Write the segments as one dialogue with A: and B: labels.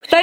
A: 二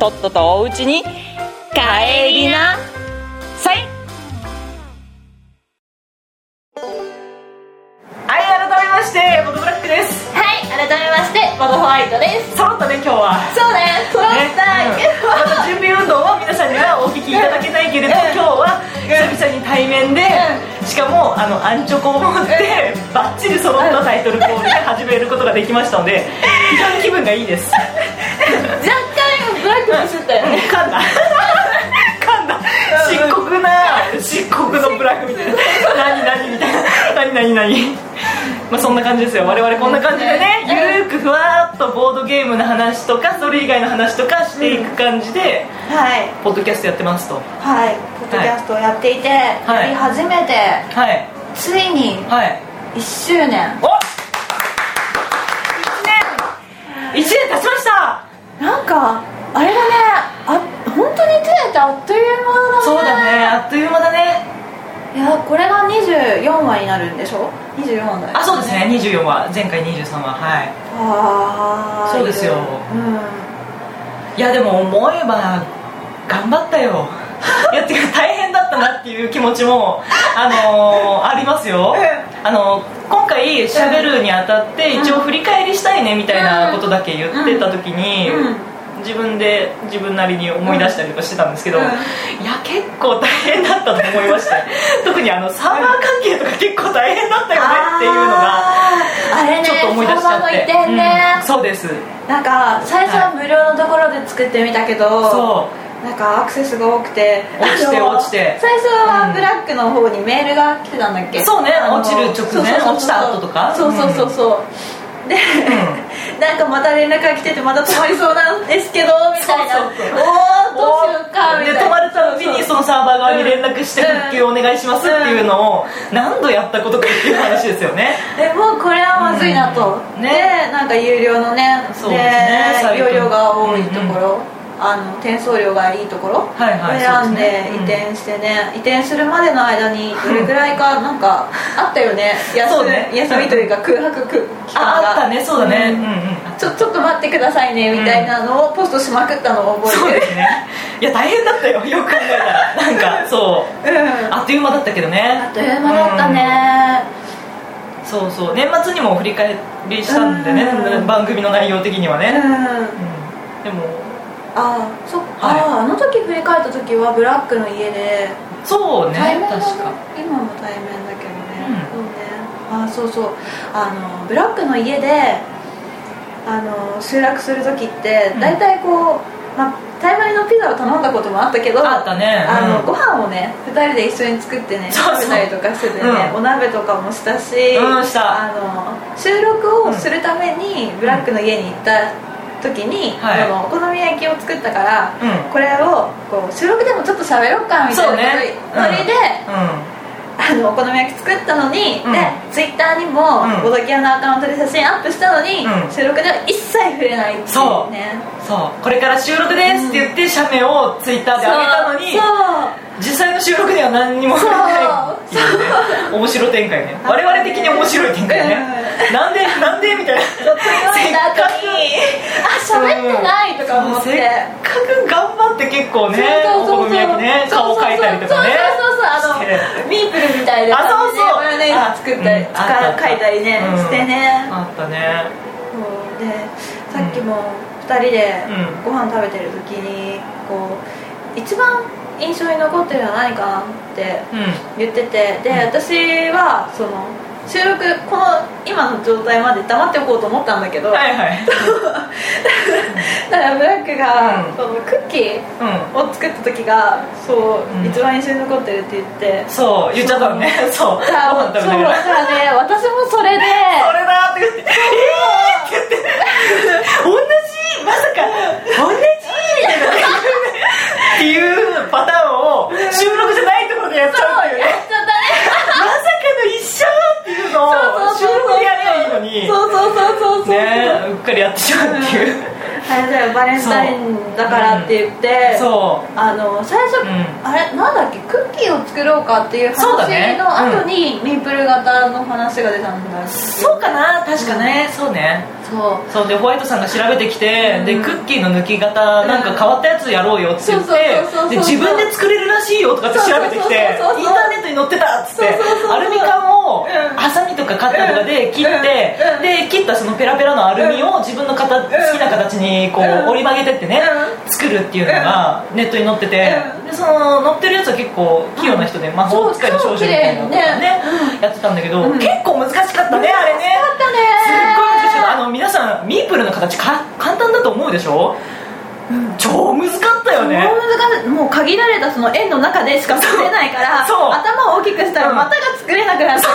A: とっととおうちに帰りなさいはい改めましてボトブラックです
B: はい、改めまして、ボドホワイトです。
A: 揃ったね今日は
B: そうです。そ
A: ねうんまだ準備運動は皆さんにはお聞きいただけないけれど、
B: うん
A: 今日は久々に対面で、しかもあのアンチョコを持って、バッチリ揃ったタイトルコールで始めることができましたので非常に気分がいいです
B: 若干ブラックミスったよね。
A: 噛んだ噛んだ漆黒な漆黒のブラックみたいな何何みたいな何何何まあそんな感じですよ我々こんな感じでね
B: うん
A: ゆるーくふわーっとボードゲームの話とかそれ以外の話とかしていく感じで、
B: はい、
A: ポッドキャストやってますとは
B: はい、ポッドキャストをやっていて、
A: い
B: やり始めて、
A: い
B: ついに
A: はい
B: 1周年。
A: お1年1年経ちました
B: なんか、あれだね、あ、本当に1年ってあっという間だね。
A: そうだねあっという間だね
B: いや、これが24話になるんでしょ ?24 話だよ。
A: あそうですね24話前回23話はい
B: あー
A: そうですよ
B: うん。
A: いやでも思えば頑張った よいやてか大変だったなっていう気持ちも、あの ーありますよ、
B: う
A: あの今回しゃべるにあたって一応振り返りしたいねみたいなことだけ言ってた時に、
B: うんうん
A: 自分で自分なりに思い出したりとかしてたんですけど、
B: うん
A: いや結構大変だったと思いま した特にあのサーバー関係とか結構大変だったよねっていうのが
B: あーあれね、
A: ちょっと思い出しちゃって、
B: 相場の移転ね、
A: うんそうです
B: なんか最初は無料のところで作ってみたけど、
A: そう
B: なんかアクセスが多くて
A: 落ちて
B: あの
A: 落ちて
B: 最初
A: うん
B: はブラックの方にメールが来てたんだっけ
A: そうね
B: あの
A: 落ちる直前
B: そうそうそうそう
A: 落ちた後とか
B: そうそうそうそう、で、なんかまた連絡が来ててまた止まりそうなんですけどみたいな
A: そうそうそう
B: おおどうしようかみたい
A: で
B: な
A: 泊まるたびにそのサーバー側に連絡して
B: うん
A: 復旧お願いしますっていうのを何度やったことかっていう話ですよね
B: でもうこれはまずいなと、
A: うんね
B: ねなんか有料のね
A: そうですねサイト
B: 容量が多いところ、あの転送料がいいところ、
A: はいはい
B: 選んで
A: そうで
B: 移
A: すね
B: 転してね、移転するまでの間 にどれぐらいかなんかあったよね
A: そ
B: 休
A: うね
B: 休みというか空白く期間
A: あ
B: が
A: あったねそうだねうんうん
B: ちょちょっと待ってくださいねみたいなのをポストしまくったのを
A: そう
B: 覚え
A: で
B: て
A: す
B: る、
A: ねいや大変だったよよく考えたらなんかそう
B: うん
A: あっという間だったけどね
B: あっという間だったね、
A: うんそうそう年末にも振り返りしたんでね
B: うん
A: 番組の内容的には
B: うん
A: ねうんでも
B: あーそっか、
A: はい
B: あの時振り返った時はブラックの家で
A: そうね
B: 対面だね
A: 確か
B: 今も対面だけど
A: うん
B: ね、そうねあそうそうあのブラックの家であの集落する時って
A: うん
B: 大体こう、まあ、タイ米のピザを頼んだこともあったけど
A: あったね
B: あの
A: うん
B: ご飯をね2人で一緒に作ってね
A: そうそう
B: 食べたりとかしててね、
A: うん
B: お鍋とかもしたし、
A: うんした
B: あの収録をするためにブラックの家に行った時に、
A: はい
B: あのお好み焼きを作ったから、
A: うん
B: これをこう収録でもちょっと喋ろうかみたいな
A: そうねうん
B: ノリで、
A: うん
B: あのお好み焼き作ったのに、
A: うん
B: でツイッターにも、
A: うん
B: ボドキアのアカウントで写真アップしたのに、
A: うん
B: 収録では一切触れないっていうね
A: そうそうこれから収録ですって言って写メをツイッターで上げたのに
B: そう
A: 実際の収録には何にも触れないっていうね面白展開ね我々的に面白い展開ねなんでなんでみたいな
B: そう
A: せっ
B: 飲んだ
A: か
B: 後にあ喋ってないとか思
A: く
B: って、
A: せっかく頑張って結構ねお好み焼きね顔を描いたりとかね
B: そうそうそうそうあのミープルみたいな感じで
A: あそうそう
B: マヨネーズ作ったり
A: あうんあった
B: か描いたりね、
A: うん
B: してね
A: あったね
B: そうでさっきも2人で
A: うん
B: ご飯食べてる時にこう一番印象に残ってるのは何かなって
A: うん
B: 言っててで
A: うん
B: 私はその収録この今の状態まで黙っておこうと思ったんだけど、
A: はいはい
B: だからブラックが、
A: うん
B: そのクッキー
A: う
B: を作った時がそう、
A: うん
B: 一番印象に残ってるって言って
A: んそう言っちゃったのねそうご
B: だ
A: 飯食べ
B: からそう
A: なが
B: だ
A: ら
B: からね私もそれで
A: それだーって言って「えー!」って言って「同じまさか同じ!」みたいな
B: あれだよバレンタインだからって言って、
A: そ
B: あの最初、
A: うん
B: あれなんだっけクッキーを作ろうかっていう話
A: そうだね
B: の後に、メープル型の話が出たんだ
A: うそうかな確かね、そうね
B: そう
A: そうでホワイトさんが調べてきて、
B: うん
A: でクッキーの抜き方なんか変わったやつやろうよって言って
B: そうそうそうそうそう
A: で自分で作れるらしいよとかって調べてきて
B: そうそうそうそう
A: インターネットに載ってたっつって
B: そうそうそうそう
A: アルミ缶を
B: うん
A: ハサミとかカッターとかで切って、
B: うんうん
A: で切ったそのペラペラのアルミを自分の形、好きな形にこう、
B: うん
A: 折り曲げてってね、
B: う
A: 作るっていうのがネットに載ってて、
B: う
A: でその載ってるやつは結構器用な人で、魔法使いの少女みたいなのとかね やってたんだけど、
B: うん
A: 結構難しかったね、あれね
B: あったね
A: すっごい難しいあの皆さんミープルの形か簡単だと思うでしょ、超難かったよね
B: もう難しいもう限られたその円の中でしか作れないから
A: そう
B: 頭を大きくした
A: う
B: ら
A: ん
B: 股が作れなくなっちゃう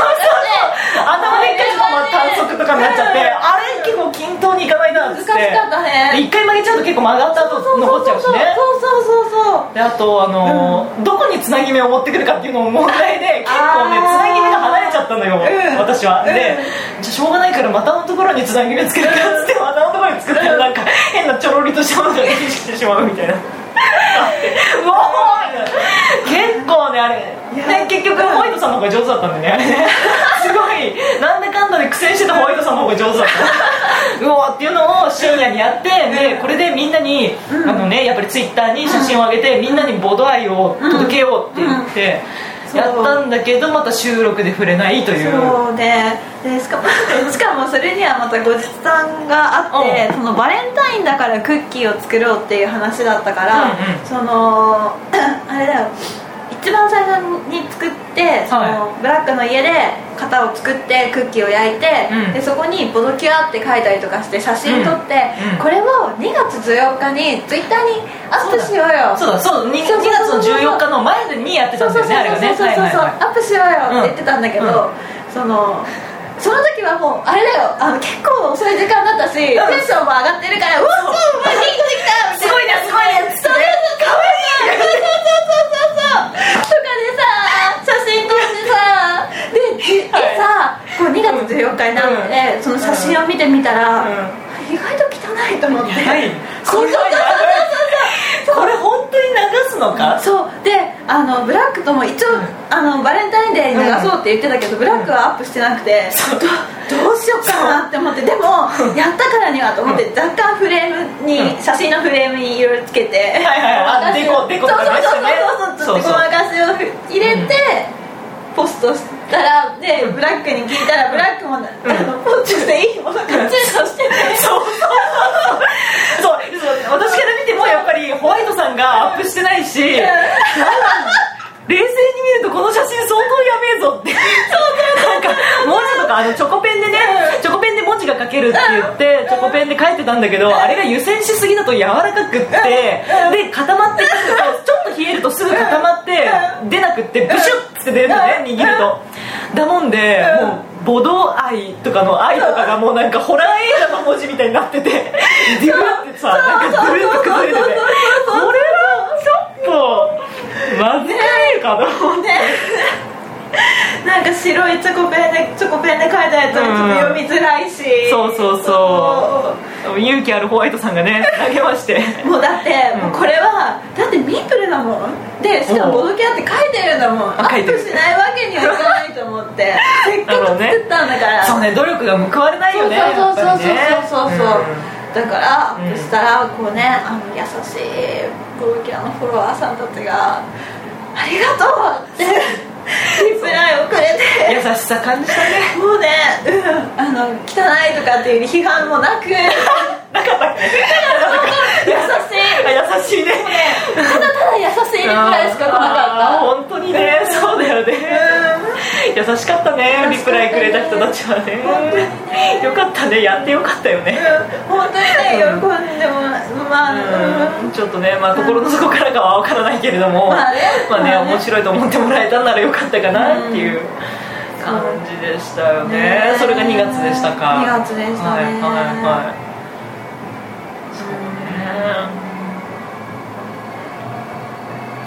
A: 頭でっかいまま短
B: そ
A: 足とかになっちゃって、
B: うん
A: あれ結構均等にいかないなっつって
B: 難しかったね
A: で一回曲げちゃうと結構曲がった後残っちゃうしね
B: そうそうそうそう
A: であとあのーどこにつなぎ目を持ってくるかっていうのも問題で結構ねつ
B: あー
A: なぎ目が離れちゃったのよ、
B: うん
A: 私は、
B: うん
A: でじゃあしょうがないから股のところにつなぎ目つけるかっつって股のところに作ったらなんか変なちょろりとしたものが出てきてしまうみたい なあってうわーみたいな結構ねあれで結局ホワイトさんの方が上手だったんだよねあれねすごいなんだかんだで苦戦してたホワイトさんの方が上手だったうおーっていうのを深夜にやってでこれでみんなに、
B: うん
A: あのねやっぱりツイッターに写真を上げて、みんなにボード愛を届けようって言って、
B: うん
A: やったんだけどまた収録で触れないという
B: そうねでしかも しかもそれにはまた後日談があって、そのバレンタインだからクッキーを作ろうっていう話だったから、
A: うんうん
B: その あれだよ一番最初に作ってその、
A: は
B: ブラックの家で型を作ってクッキーを焼いて、
A: うん
B: でそこに「ボドキュア」って書いたりとかして写真撮って、
A: うんうん
B: これを2月14日にツイッターにアップしようよ
A: そうだそう 2,
B: そうそう
A: 月
B: そう
A: の14日の前にやってたんだよねあれがね
B: そうそうそうそう、
A: はいはいはい
B: アップしようよって言ってたんだけど、
A: うんうん
B: そのその時はもうあれだよあの結構遅い時間だったし、テンションも上がってるから「うわっうわっできた!」みたいな
A: すごいねすごいね
B: そうそうそうかわいいそうそうそうそうそうとかでさ写真撮ってさでで
A: はい
B: さこう2月14日になってね、
A: うん
B: その写真を見てみたら、意外と汚いと思って、
A: はい
B: そう
A: これはやばいこれ本当に流すの か
B: そうであのブラックとも一応、
A: うん
B: あのバレンタインデーに流そうって言ってたけど、ブラックはアップしてなくて、
A: そう
B: どどうしようかなって思ってでもやったからにはと思って若干フレームに、
A: うん
B: 写真のフレームにいろいろつけてはい
A: はいはいあデコデコと
B: そう
A: かねしてね
B: そうそ
A: そう
B: うそうそうそうそうそう
A: そう
B: ごまかしを入れて、ポストしたらでブラックに聞いたらブラックも、あのポストしていいものかツイートしてて
A: そうそうそうそうそう私から見てもやっぱりホワイトさんがアップしてないし冷静に見るとこの写真相当やべえぞってそうなんか文字とかあのチョコペンでねチョコペンで文字が書けるって言ってチョコペンで書いてたんだけどあれが湯煎しすぎだと柔らかくってで固まってくるとちょっと冷えるとすぐ固まって出なくってブシュッって出るのね握るとだもんで
B: うん
A: もうボド愛とかの愛とかがもうなんかホラー映画の文字みたいにな っててデューってさなんかぐるんと崩れててこれはちょっとまずいかな
B: なんか白いチョコペンでチョコペンで書いたやつもちょっと読みづらいし、
A: そうそうそう勇気あるホワイトさんがね投げまして
B: そうもうだって、もうこれはだってミープルだもんでしかもボドキャって書いてるんだもんア
A: あ書い
B: ッ
A: て
B: プ
A: る
B: しないわけにはいかないと思って せっかく作ったんだから
A: そうね努力が報われない
B: そう
A: よねやっぱりね
B: そうそうそうそうそう、だからア
A: うん
B: ップしたらこうねあの優しいボドキャのフォロワーさんたちが「ありがとう!」って リプライをくれて
A: うん優しさ感じたね
B: もうね、うん、あの汚いとかっていう批判もなく優しい
A: なかったっけ優しいね
B: ただただ優しいリプライしか来な
A: あー
B: かっ
A: 本当にねそうだよね優しかったねリプライくれた人たちはね
B: 本当にね
A: よかったねやってよかったよね
B: た、うん、本当にね喜んでもまあ、うん
A: うんちょっとね、まあ、心の底からかは分からないけれども、
B: まあね
A: まあね
B: まあね
A: 面白いと思ってもらえたんならよかったかなっていう感じでしたよね、
B: ね
A: それが2月でしたか
B: 2月でしたね
A: はいはいはいそうね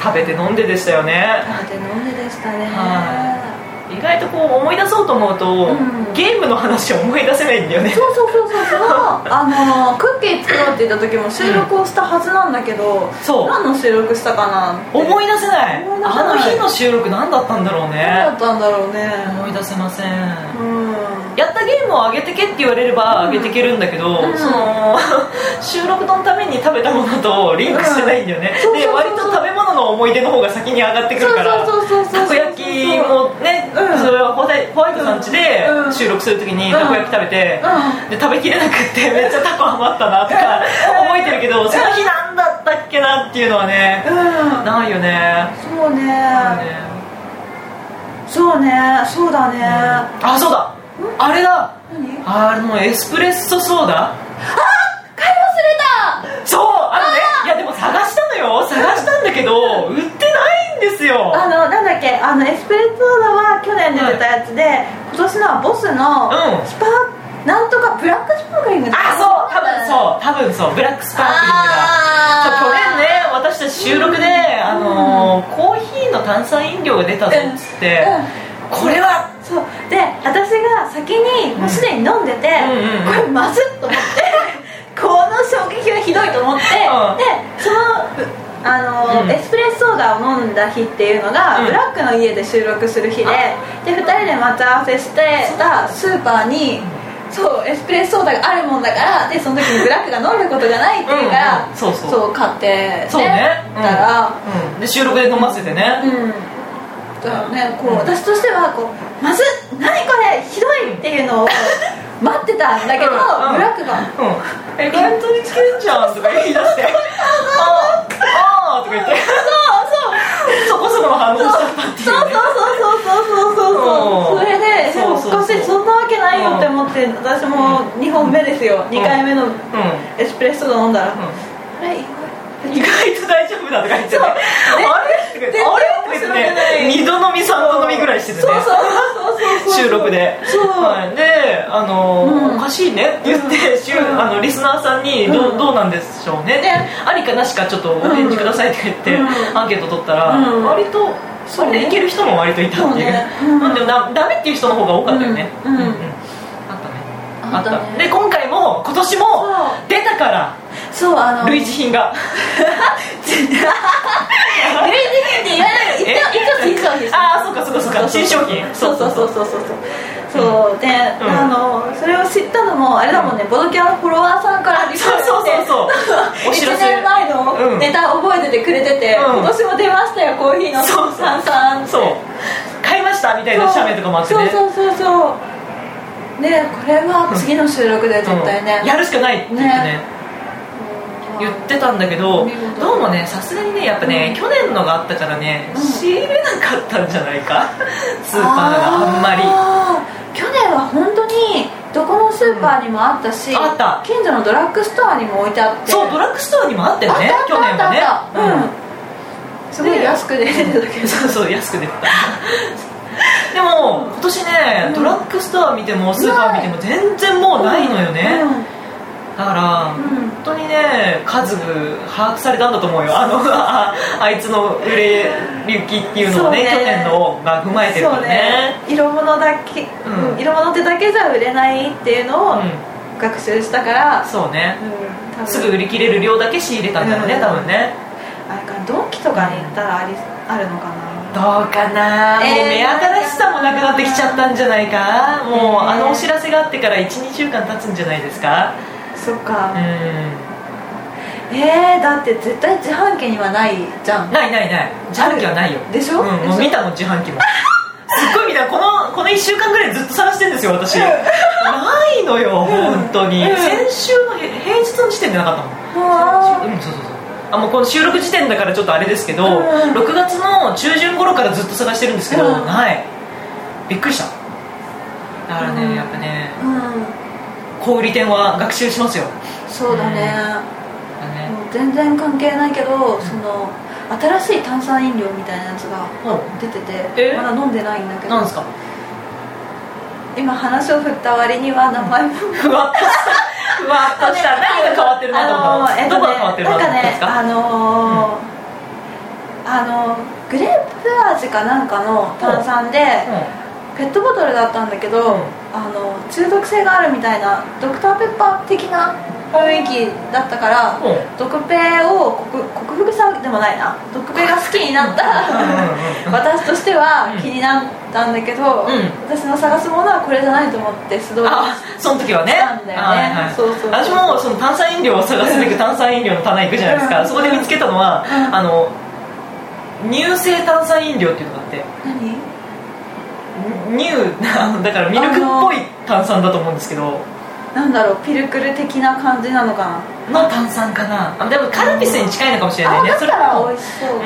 A: 食べて飲んででしたよね
B: 食べて飲んででしたね、
A: は意外とこう思い出そうと思うと、
B: ん
A: ゲームの話を思い出せないんだよね
B: そうそうそうそうそうあのクッキー作ろうって言った時も収録をしたはずなんだけど
A: そう
B: 何の収録したかなって
A: 思い出せない
B: 思い出せない
A: あの日の収録何だったんだろう
B: 何だ
A: ね
B: ったんだろうね
A: 思い出せません
B: うん
A: やったゲームを上げてけって言われれば上げてけるんだけど、
B: うん
A: その 収録のために食べたものとリンクしてないんだよね、
B: うん
A: で
B: そうそう
A: 割
B: そう
A: と
B: そう
A: 食べ物の思い出の方が先に上がってくるから
B: そうそうそうそうそう
A: たこ焼きもね、
B: うん
A: それはホワイホワイトさん家で
B: うん
A: 収録するときに
B: ん
A: たこ焼き食べて、
B: う
A: で食べきれなくって めっちゃタコ余ったなとか覚えてるけどその日なんだったっけなっていうのはね
B: うん
A: ないよね
B: そう
A: ない
B: ね
A: よね
B: そうねそうだね
A: あそうだあれだ
B: 何
A: あのエスプレッソソーダ
B: 買い忘れ
A: そうあのねいやでも探したのよ探したんだけど売ってないんですよ
B: たあのなんだっけあのエスプレッソーダは去年出てたやつで今年のはボス
A: う
B: の
A: ん
B: スパなんとかブラックスパークリングだ
A: あそう多分そう多分そうブラックスパークリングだそう去年ね私たち収録で、あのーコーヒーの炭酸飲料が出たぞっつって、これは
B: そうで私が先にもうすでに飲んでて、
A: うんうんうん
B: これまずっと思って この衝撃はひどいと思って、
A: うん
B: でそのあの、
A: うん
B: エスプレッソーダを飲んだ日っていうのが、
A: うん
B: ブラックの家で収録する日で
A: あ
B: で2人で待ち合わせしてたスーパーにそうエスプレッソーダがあるもんだからでその時にブラックが飲んだことがないっていうから
A: うんうんそうそう
B: 買って、ね、
A: そうねうん
B: だから、
A: うんで収録で飲ませてね、
B: うんだからねこう私としてはこう「まずっ何これひどい!」っていうのを待ってたんだけど、
A: うんうん
B: ブラックが
A: うんえ本当につけんじゃんとか 言い出してああーとか言って そこそこの反応しちゃったっていう
B: そうそう
A: ね
B: そうそうそうそうそ
A: う
B: う
A: ん
B: それででも
A: そうそうそう
B: おかしいそんなわけないよって思って私も2本目ですよ2回目の
A: うんうん
B: エスプレッソ飲んだらあれ意
A: 意外と大丈夫だとか言ってね
B: そう
A: あれとか言って
B: 全然
A: あれとか
B: 面白くな
A: 言っ
B: い
A: て2度飲み3度飲みぐらいしててね
B: そうそうそうそうそう
A: 収録で
B: そう
A: はい、であのー
B: うん
A: おかしいね」って言って、しゅ
B: うん
A: あのリスナーさんにどう、
B: うん
A: どうなんでしょうね」
B: ね
A: ありかなしかちょっとお返事ください」って言って、
B: うん
A: アンケート取ったら、
B: うん
A: 割と
B: そ
A: そう
B: ね
A: れでいける人も割といたっていう
B: そうねうん
A: なんでだダメっていう人の方が多かったよね
B: うんうん
A: あったね
B: あったね
A: で今回も今年も
B: そう
A: 出たから
B: そうあの
A: 類似品が
B: 類似品って言わない一応一応新商 品
A: ああそうかそうかそうか新商品
B: そうそうそうそうそうそうそうで、
A: ん
B: あのそれを知ったのもあれだもんね、ボドキャンのフォロワーさんからリプ
A: そうそうそうそうお 知ら
B: 1
A: せ
B: 年前
A: う
B: の
A: ん
B: ネタ覚えててくれてて、
A: うん
B: 今年も出ましたよコーヒーの
A: そうそう
B: さんさんって
A: そう買いましたみたいな写メとかもあってね
B: そうそうそうそうねこれは次の収録で絶対ね、
A: うんやるしかないって言ってね
B: ね
A: 言ってたんだけど
B: 見事
A: どうもねさすがにねやっぱね、
B: う
A: 去年のがあったからね、
B: うん
A: 仕入れなかったんじゃないかスーパーがあんまり
B: り去年は本当にどこのスーパーにもあったし、
A: うんあった
B: 近所のドラッグストアにも置いてあって
A: そうドラッグストアにもあったよね
B: あった
A: 去
B: あ
A: 年
B: った
A: はね
B: あったあったうんすごい安く出てたけど
A: そう そう安く出てたでも今年ね、
B: うん
A: ドラッグストア見てもスーパー見ても全然もうないのよね、だから、
B: うん
A: 本当にね数把握されたんだと思うよあのああいつの売れ行きっていうのをね
B: そう
A: 去
B: ね
A: 年のが踏まえてるか
B: そう
A: ら
B: ね
A: ね
B: 色物だけ、
A: うん
B: うん色物ってだけじゃ売れないっていうのを
A: う
B: 学習したから、
A: んそうね
B: うん多分
A: すぐ売り切れる量だけ仕入れたんだろう
B: う
A: ね
B: ん
A: 多分ね
B: あれかなドンキとかに行ったらありあるのか
A: どう
B: な
A: かなもう
B: えー
A: 目新しさもなくなってきちゃったんじゃないかもう
B: ね
A: あのお知らせがあってから12週間経つんじゃないですか
B: そっ
A: う
B: か
A: ん、
B: えー、だって絶対自販機にはないじゃん
A: ないないない自販機はないよ
B: でしょ
A: うん、もう見たもん自販 機もすっごい見たこのこの1週間ぐらいずっと探してんですよ私ないのよ本当に、
B: うん
A: 先週のへ平日の時点でなかったもん
B: うわー
A: うんそうそうそうあもうこの収録時点だからちょっとあれですけど、
B: うん
A: 6月の中旬頃からずっと探してるんですけど、
B: うん
A: ないびっくりしただからね、
B: うん
A: やっぱね
B: うん
A: 小売店は学習しますよ、
B: そうだ
A: だね
B: ね、もう全然関係ないけどその新しい炭酸飲料みたいなやつが
A: う
B: 出て
A: え
B: てまだ飲んでないんだけ
A: ん、なん
B: ど
A: ですか
B: 今話を振った割には名前も
A: ふわっとしたふわっとした何が変わってるなと思っ
B: あ
A: た
B: のーえ
A: ら
B: っと
A: どこ
B: ね
A: が変わってるなと思ったんですか
B: なんかねあのーあのーグレープ味かなんかの炭酸で、
A: う
B: ペットボトルだったんだけど、
A: うん
B: あの中毒性があるみたいなドクターペッパー的な雰囲気だったから、
A: うん
B: 毒ペを克克服さでもないな毒ペが好きになった
A: うんうんうん
B: 私としては気になったんだけど、
A: うん
B: 私の探すものはこれじゃないと思って素通り
A: あその時はね
B: なんだよね
A: はいはい
B: そうそうそう
A: 私もその炭酸飲料を探すべく炭酸飲料の棚行くじゃないですか、
B: うん
A: そこで見つけたのは、
B: うん
A: あの乳性炭酸飲料っていうのがあって
B: 何
A: に乳 だからミルクっぽい炭酸だと思うんですけど
B: なんだろうピルクル的な感じなのかな
A: の炭酸かなあでもカルピスに近いのかもしれない
B: あ
A: ね
B: だったら
A: も
B: 美味しそう、
A: う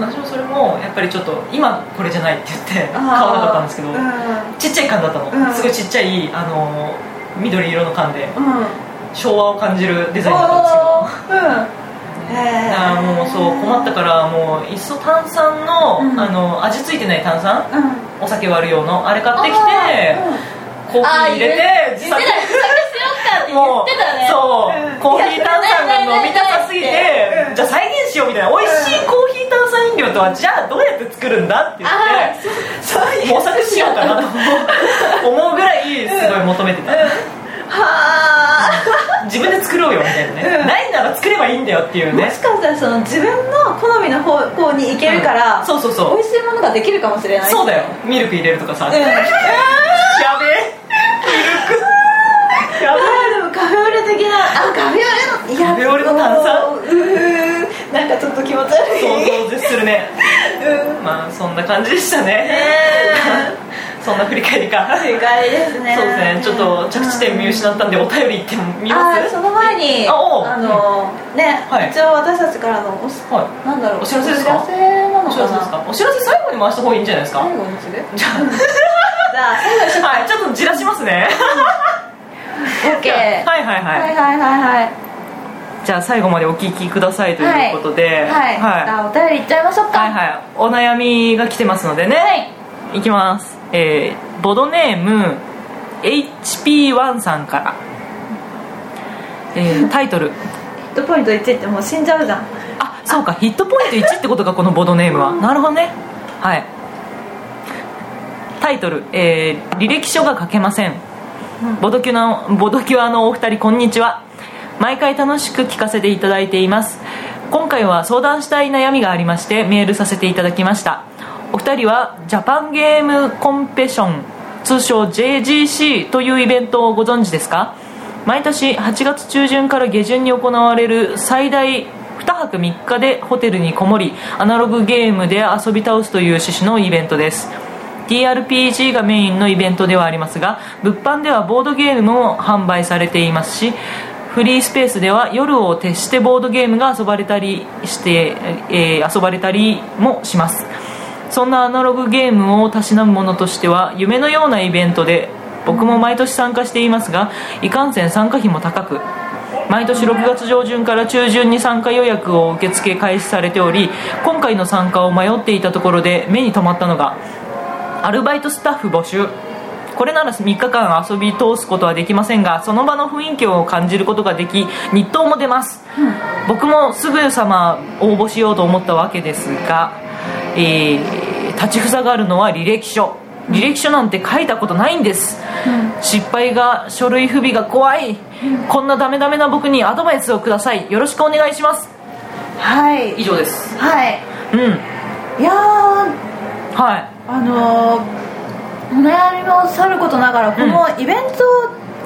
A: ん、私もそれもやっぱりちょっと今これじゃないって言って買
B: あー
A: わなかったんですけど、
B: うんう
A: ちっちゃい缶だったの、
B: うん
A: すごいちっちゃいあの緑色の缶で
B: ん
A: 昭和を感じるデザインだったんですけど
B: うんえ
A: だからもうそう困ったからもういっそ炭酸の,、
B: うん
A: あの味付いてない炭酸
B: ら、うん、
A: お酒割る用のあれ買ってき
B: あー
A: て、
B: うん
A: コーヒー入れ
B: あー
A: て
B: 言ってた自作しようかって言
A: もう
B: ってたね
A: そう、
B: ん
A: コーヒー炭酸が飲みたさすぎて
B: いや
A: じゃあ再現しようみたいな美味しいコーヒー炭酸飲料とはじゃあどうやって作るんだって言って 模索しようかなと思う思うぐらいすごい求めてた、
B: は
A: 自分で作ろうよみたいなね、
B: うん
A: ないなら作ればいいんだよっていう
B: あも
A: ね
B: しかしたらその自分の好みの方向に行けるから、
A: うんそうそうそう
B: 美味しいものができるかもしれない
A: そうだよミルク入れるとかさ、
B: うん
A: やべえミルクやべ
B: あーでもカフェオレ的なあカフェオレのいや
A: カフェオレの炭酸
B: うーなんかちょっと気持ち悪い
A: え想像を絶するね
B: うん
A: まあそんな感じでしたね、そんな振り返りか
B: 正解ですね
A: そうですねちょっと着地点見失ったんでお便り行ってみま
B: あー
A: す
B: その前に
A: あおう
B: あのね、
A: はい
B: 一応私たちからのおし
A: は
B: なんだろう
A: お知らせですか
B: お知らせな
A: お
B: の
A: 知らせです
B: かな
A: かお知らせ最後に回した方がいいんじゃないですか
B: 最後にする
A: じゃ
B: じゃあ最後にし
A: あはいちょっとじらしますね
B: オッケー
A: はいはいはい、
B: はいはいはいはい
A: じゃあ最後までお聞きくださいということで
B: はい、
A: はい
B: じゃあお便りいっちゃいましょうか
A: はいはい、お悩みが来てますのでね、い、きます、えーボドネーム HP1 さんから、えータイトル
B: ヒットポイント1ってもう死んじゃうじゃん
A: あそうかヒットポイント1ってことかこのボドネームはなるほどねはいタイトル、えー履歴書が書けません」ボドキュナボドキュアのお二人こんにちは毎回楽しく聞かせていただいています今回は相談したい悩みがありましてメールさせていただきましたお二人はジャパンゲームコンペション通称 JGC というイベントをご存知ですか毎年8月中旬から下旬に行われる最大2泊3日でホテルにこもりアナログゲームで遊び倒すという趣旨のイベントです TRPG がメインのイベントではありますが物販ではボードゲームも販売されていますしフリースペースでは夜を徹してボードゲームが遊ばれたりして、えー遊ばれたりもしますそんなアナログゲームをたしなむものとしては夢のようなイベントで僕も毎年参加していますがいかんせん参加費も高く毎年6月上旬から中旬に参加予約を受付開始されており今回の参加を迷っていたところで目に留まったのがアルバイトスタッフ募集これなら3日間遊び通すことはできませんがその場の雰囲気を感じることができ日当も出ます、僕もすぐさま応募しようと思ったわけですが、えー立ちふさがるのは履歴書履歴書なんて書いたことないんです、失敗が書類不備が怖い、こんなダメダメな僕にアドバイスをくださいよろしくお願いします
B: はい
A: 以上です
B: はい
A: うん
B: いやー
A: はい
B: あのーお悩みもさることながらこのイベント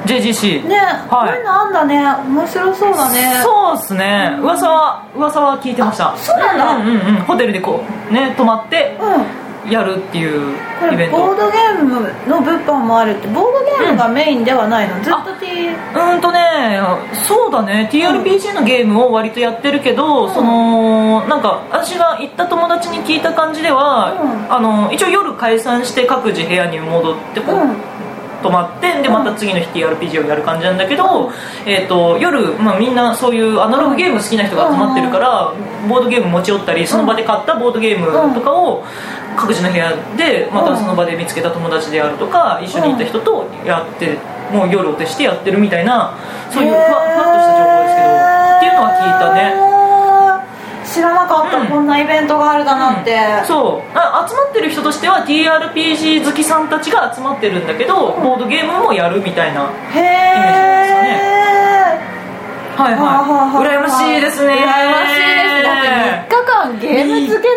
A: JGC
B: ね、こ
A: はいう
B: いうのあんだね面白そうだね
A: そうですね噂は噂は聞いてました
B: そうなんだ
A: うんうんうんホテルでこうね泊まって
B: うん
A: やるっていう
B: こ
A: イベ
B: れ
A: ン
B: ボ
A: ト
B: ードゲームの物販もあるってボードゲームがメインではないの、ずっと T
A: うーんとねそうだね TRPG のゲームを割とやってるけど、そのなんか私が行った友達に聞いた感じでは、
B: うん
A: あの一応夜解散して各自部屋に戻ってこう、
B: うん
A: 泊まってでまた次の日 TRPG をやる感じなんだけど、えー、と夜、まあ、みんなそういうアナログゲーム好きな人が集まってるから、ボードゲーム持ち寄ったりその場で買ったボードゲームとかを各自の部屋でまたその場で見つけた友達でやるとか一緒にいた人とやってもう夜を徹してやってるみたいなそういうふわふわっとした情報ですけどっていうのは聞いたね
B: ね
C: 知らなかった、
A: うん
C: こんなイベントがあるだなんて、
A: そうあ集まってる人としては TRPG 好きさんたちが集まってるんだけど、ボードゲームもやるみたいなはい
C: へえ
A: はい羨ましいですね
B: 羨ましいですだって3日間ゲーム漬けだよ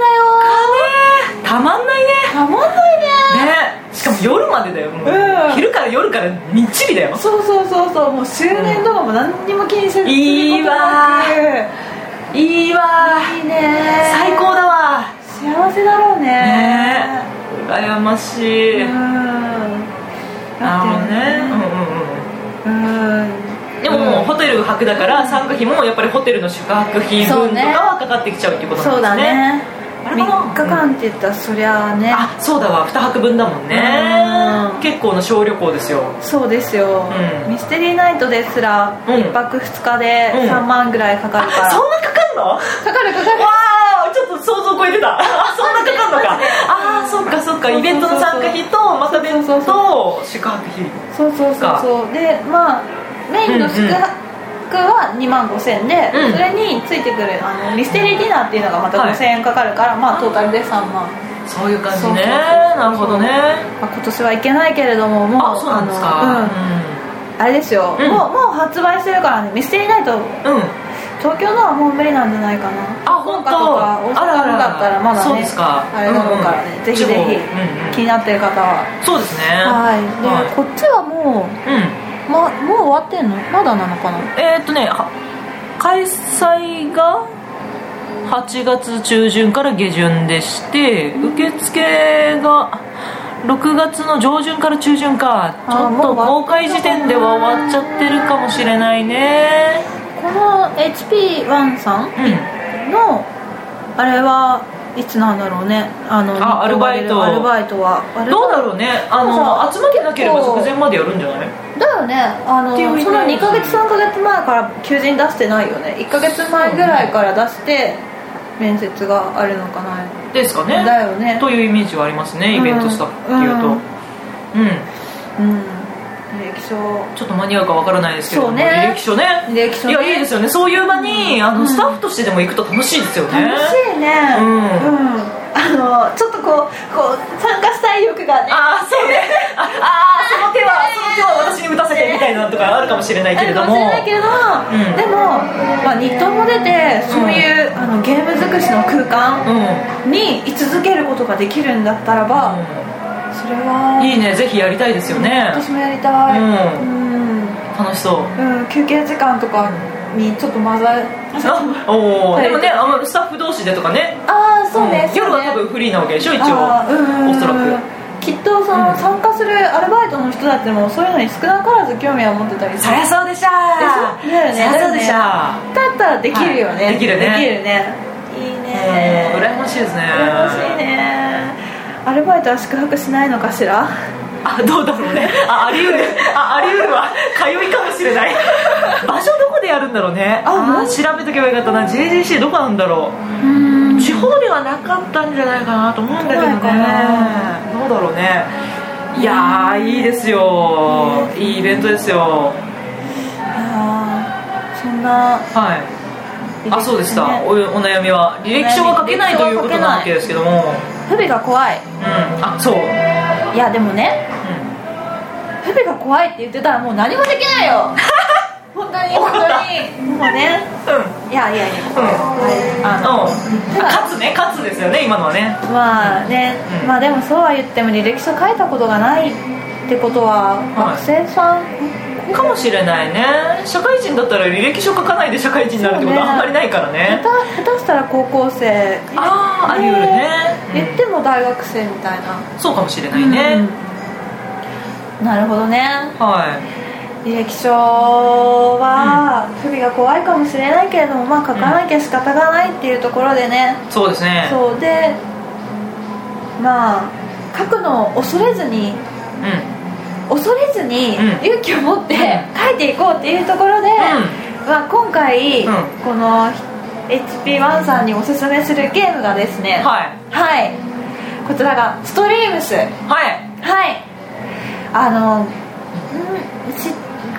A: たまんないね
B: たまんないね
A: ねしかも夜までだよもう、
B: うん
A: 昼から夜からみっちりだよ
B: そうそうそうそうもう周年とかも何にも気にせず
A: いいわいいわ
B: いいね
A: 最高だわ
B: 幸せだろうね
A: ね羨ましい、
B: うん
A: あのね、
B: だ
A: う
B: っ
A: んう
B: て
A: んうん
B: うん
A: でももうホテルが泊だから参加費もやっぱりホテルの宿泊費分とかはかかってきちゃうっていうことな
B: そうんだ
A: ですね
B: ね
A: あれ
B: 3
A: かな
B: 日間って言ったらそりゃあね
A: あそうだわ2泊分だもんね
B: うん
A: 結構な小旅行ですよ
B: そうですよ、
A: うん
B: ミステリーナイトですら
A: うん
B: 1泊2日で
A: うん
B: 3万ぐらいかかるから、
A: そんなかかんのわ
B: かかるかかる
A: あちょっと想像超えてた あそんなかかんのかああそっかそっかイベントの参加費とまた弁当と宿泊費
B: そうそうそうそうでまあメインの宿泊は2万5000円で、
A: うん
B: それについてくるあのミステリーディナーっていうのがまた
A: はい
B: 5000円かかるから、まあトータルで3万、
A: そういう感じ
B: そうそう
A: ね
B: そう
A: なるほどね
B: まあ、今年はいけないけれどももう
A: あそうなんです
B: あの
A: か
B: うん、あれですよ、
A: うん
B: もうもう発売してるからねミステリーナイト
A: うんうん
B: 東京のはもう無理なんじゃないかな
A: あ本当
B: 福岡とか大阪とかだったらまだね
A: そうですか
B: あれだろうからね、
A: うん
B: ぜひぜ
A: 地方うんうん
B: ひ気になってる方は、
A: そうですね
B: はいで、
A: はい
B: こっちはもう
A: うん
B: まもう終わってんのまだなのかな
A: えーっとねは開催が8月中旬から下旬でして受付が6月の上旬から中旬かち
B: あー
A: ょ
B: も
A: っ
B: う
A: と
B: 終わっ
A: 公開時点では終わっちゃってるかもしれないね
B: この HP1 さん
A: うん
B: のあれはいつなんだろうねあの
A: あアルバイト
B: アルバイトはあれは
A: どうだろうねあ
B: そ
A: の
B: う
A: 集まってなければ直前までやるんじゃない
B: だよねあの
A: っていうイメージ
B: その2ヶ月3ヶ月前から求人出してないよね1ヶ月前ぐらいから出して面接があるのかな
A: ですかね
B: だよね
A: というイメージはありますねイベントスタッフっていうとう
B: うん
A: ん、
B: うん履歴書
A: ちょっと間に合うかわからないですけれども、
B: そうね
A: 履歴書ね
B: 履歴書ね
A: いやいいですよねそういう場に、あ
B: う
A: の
B: ん
A: スタッフとしてでも行くと楽しいですよね
B: 楽しいね
A: うん
B: んあのちょっとこうこう参加したい欲がね
A: ああそうねああーその手はその手は私に打たせてみたいなとかあるかもしれない
B: あ
A: けれ
B: る
A: ど
B: か
A: も
B: もしれないけれども、
A: うん
B: でも、まあ、日当も出てそういう、あのゲーム尽くしの空間に居続けることができるんだったらば、それは
A: うん、うん、いいねぜひやりたいですよね
B: 私もやりたい
A: うん
B: うん、
A: 楽しそう
B: うん休憩時間とかにちょっと混ざ
A: あおー
B: はい
A: でもねあのスタッフ同士でとかね
B: ああそうね、
A: ん夜は多分フリーなわけでしょ一応おそらく
B: くきっとその、
A: うん
B: 参加するアルバイトの人たちもそういうのに少なからず興味を持ってたりす
A: そ
B: る
A: りゃそうでしゃー
B: でしょだよね
A: そりゃそうでしゃー
B: だったらできるよね、
A: はいできるね
B: できるねいいね
A: うん羨ましいですね
B: 羨ましいねアルバイトは宿泊しないのかしら
A: あどうだろうねああり得るああり得るわ通いかもしれない場所どこでやるんだろうねあ
B: あ
A: あ調べとけばよかったな JJC どこなんだろう地方ではなかったんじゃないかなと思うんだけどね
B: そうな
A: どうだろうねいやーいいですよいいイベントですよ
B: あーそんな
A: はいあそうでした
B: ね
A: おお悩みは履歴書が書けないということなわけですけどもうん
B: 不備が怖い
A: あそう、うん、
B: いやでもね不備が怖いって言ってたらもう何もできな いよ本当に本当にもうね
A: う
B: いやいやいや
A: んうん
B: はい
A: あの勝つね勝つですよね今のはね
B: まあね、
A: うん
B: まあでもそうは言っても履歴書書いたことがないってことは
A: はい
B: 学生さん、
A: かもしれないね社会人だったら履歴書書かないで社会人になるってこと
B: そ
A: は
B: うね
A: あんまりないからね
B: 下手下手したら高校生
A: あああり得るね、
B: 言っても大学生みたいな、
A: うんそうかもしれないね、
B: うんなるほどね
A: はい
B: 履歴書は不備が怖いかもしれないけれどもまあ書かなきゃ仕方がないっていうところでね、
A: そうですね
B: そうでまあ書くのを恐れずに
A: うんうん
B: 恐れずに
A: うん
B: 勇気を持って書いていこうっていうところで、まあ、今回、
A: うん
B: この HP1 さんにおすすめするゲームがですね
A: はい
B: はいこちらがストリームス
A: はい
B: はいあの、うん、し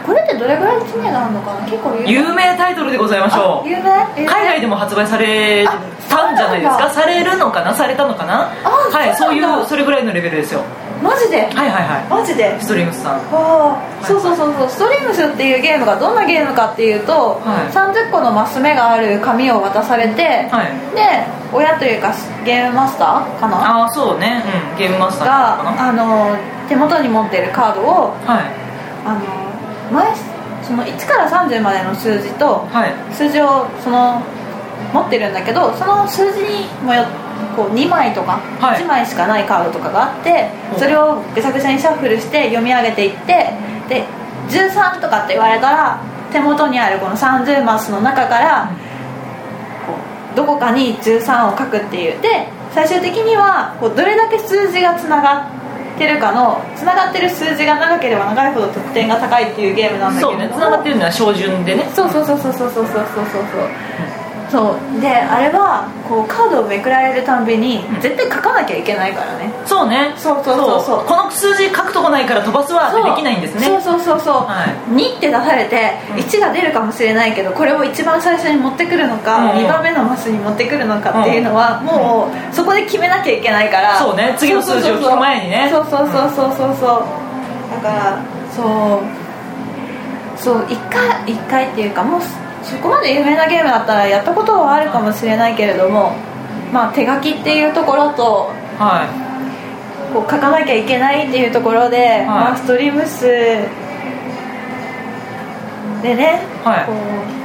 B: これってどれぐらい知名度あるのかな結構有名
A: 有名タイトルでございましょう
B: 有名
A: 海外でも発売されたんじゃないですか
B: あ
A: されるのかなされたのかな
B: あ
A: はい
B: そ
A: そう
B: う
A: い
B: なんだ
A: うそれぐらいのレベルですよ
B: マジ
A: は
B: で
A: いはいは
B: マジで
A: いストリングスさん
B: ああそうそうそうそうストリームスっていうゲームがどんなゲームかっていうと、
A: はい
B: 30個のマス目がある紙を渡されて、
A: はい
B: で親というかゲームマスターかな
A: ああそうね、うん、ゲームマスターなのかな
B: があの手元に持ってるカードを
A: はい
B: あの前その1から30までの数字と
A: はい
B: 数字をその持ってるんだけどその数字にもよこう2枚とか
A: はい
B: 1枚しかないカードとかがあって、
A: うん
B: それをぐちゃぐちゃにシャッフルして読み上げていってで13とかって言われたら手元にあるこの30マスの中からこうどこかに13を書くっていうで最終的にはこうどれだけ数字がつながってるかのつながってる数字が長ければ長いほど得点が高いっていうゲームなんだけ
A: そ
B: れ
A: うね
B: ども
A: つながってるのは照準でね
B: そうそうそうそうそうそうそうそうそうそうであれはこうカードをめくられるたんびに
A: ん
B: 絶対書かなきゃいけないからね
A: そうね
B: そうそうそうそう
A: この数字書くとこないから飛ばすわってできないんですね
B: そうそうそうそう、
A: はい
B: 2って出されて
A: うん
B: 1が出るかもしれないけどこれを一番最初に持ってくるの
A: うん
B: か、
A: うん
B: 2番目のマスに持ってくるのかっていうのは、もうそこで決めなきゃいけないから
A: そうね次の数字を聞く前にね
B: そうそうそうそうそうそうだからそうそう1回一回っていうかもうそこまで有名なゲームだったらやったことはあるかもしれないけれども、まあ、手書きっていうところと
A: は
B: こう書かなきゃいけないっていうところで、まあ、ストリーム数でね、
A: はい
B: こう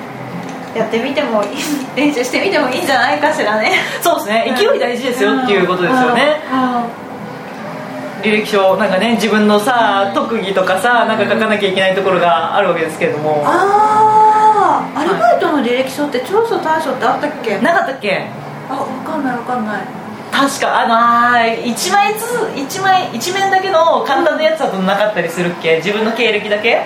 B: やってみてもいい練習してみてもいいんじゃないかしらね
A: いそうですね勢い大事ですよっていうことですよね履歴書なんかね自分のさ特技とかさなんか書かなきゃいけないところがあるわけですけれどもな
B: ああアルバイトの履歴書って長所短所ってあったっけ
A: かったっけ
B: あ分かんない分かんない
A: 確かあの1枚ずつ1枚一面だけの簡単なやつだとなかったりするっけ自分の経歴だけ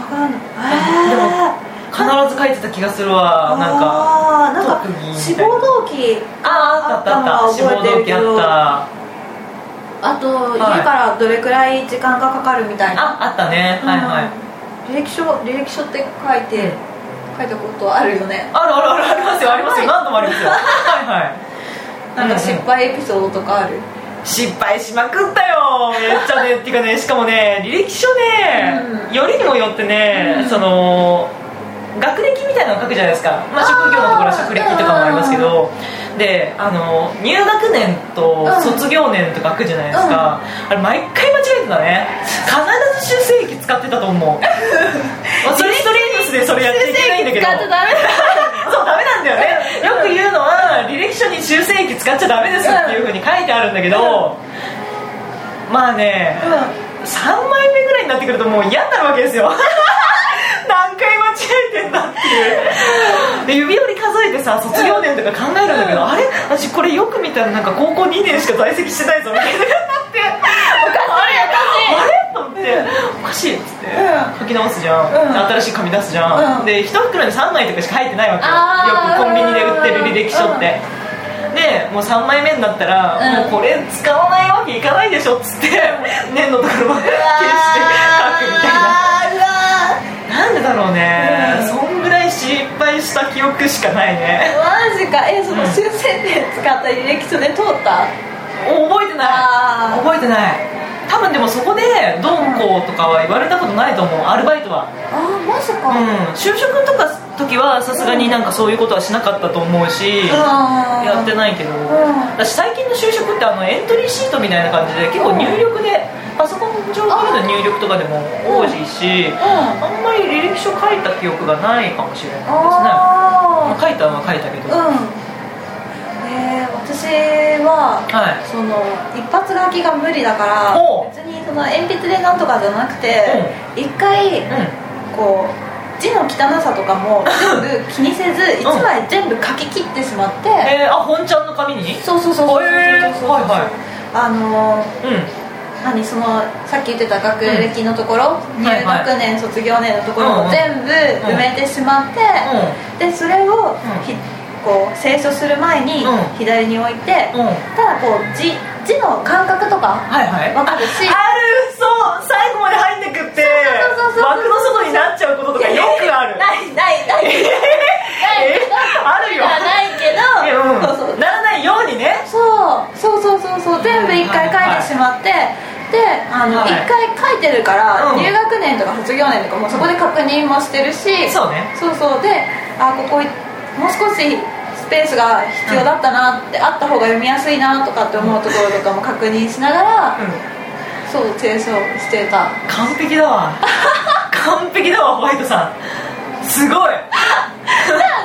B: 分かんない
A: でも
B: え
A: 必ず書いてた気がするわなんか
B: あーなん
A: 特技みたい
B: か
A: な
B: 志望動機
A: あああったあったあった志
B: あった
A: 望
B: のは覚えて
A: 動
B: る
A: 機
B: け
A: あ
B: ど
A: った
B: あと、
A: い
B: 家からどれくらい時間がかかるみたいな
A: ああったねはいはい、
B: 履歴書履歴書って書いて書いたことあるよね
A: あるあるあるありますよあります
B: は
A: よ
B: い
A: 何度もありますよはいはい
B: なんか失敗エピソードとかある、
A: 失敗しまくったよめっちゃねっていうかねしかもね履歴書ね、よりにもよってね、その学歴みたいなの書くじゃないですか、まあ、職業のところは職歴とかもありますけどであの入学年と
B: うん
A: 卒業年とか書くじゃないですか、あれ毎回間違えてたね必ず修正液使ってたと思 うまあそれストレートスでそれやっちゃいけないんだけど
B: 使っちゃダメだ
A: そうダメなんだよねよく言うのは履歴書に修正液使っちゃダメですっていうふうに書いてあるんだけど、まあね、3枚目ぐらいになってくるともう嫌になるわけですよ 何回間違えてんだっていうで指折り数えてさ卒業年とか考えるんだけど、あれ私これよく見たらなんか高校2年しか在籍してないぞみたいななっておかしいあれあれと思っておかしいっつって
B: う
A: 書き直すじゃん、
B: うん
A: 新しい紙出すじゃん、
B: うん
A: で一袋に3枚とかしか入ってないわけよ
B: あー
A: よくコンビニで売ってる履歴書って、でもう3枚目になったら、
B: うん
A: もうこれ使わないわけいかないでしょっつって年のところまで消して書くみたいななんでだろうね、
B: うん
A: そんぐらい失敗した記憶しかないね
B: マジかえその修正点使った履歴書で通った
A: 覚えてな
B: あ
A: い
B: ー
A: 覚えてない多分でもそこでどうこうとかは言われたことないと思うアルバイトは
B: あマジかうん
A: うん就職とか時はさすがになんかそういうことはしなかったと思うしやってないけど私最近の就職ってあのエントリーシートみたいな感じで結構入力でパソコン上からの入力とかでも多いしあんまり履歴書書いた記憶がないかもしれないですねまあ
B: あ
A: 書いたのは書いたけど
B: ー
A: はい
B: うんえー私はその一発書きが無理だから
A: おう
B: 別にその鉛筆でなんとかじゃなくて一回
A: うん
B: こう字の汚さとかも全部気にせず一枚全部書き切ってしまって、
A: えーあ本ちゃんの紙に
B: そうそうそうそうそうそう
A: へー
B: そう
A: はいは
B: あの
A: うん
B: ー何そのさっき言ってた学歴のところ、
A: うん
B: 入
A: はいはい
B: 学年卒業年のとこ
A: うんうん
B: ろを全部埋めてしまって、でそれをひ、こう清書する前に
A: うん
B: 左に置いて、
A: うんうん
B: ただこう字字の感覚とか
A: はいはい
B: わかる
A: あ
B: し
A: るそう最後まで入んなくって
B: そうそう
A: 枠の外になっちゃうこととかよくある
D: ないないないない
A: えあるよ
D: ないけど
A: いやうん
D: そうそう
A: ならないようにね
B: そうそうそうそうそう全部一回書いてしまって、であの
A: はい
B: 一回書いてるから、
A: うん
B: 入学年とか卒業年とかもそこで確認もしてるし
A: そうね
B: そうそうであここもう少しスペースが必要だったなって、あった方が読みやすいなとかって思うところとかも確認しながら、
A: うん
B: そう清掃し てた
A: 完璧だ わ完璧だわホワイトさんすごい
B: だか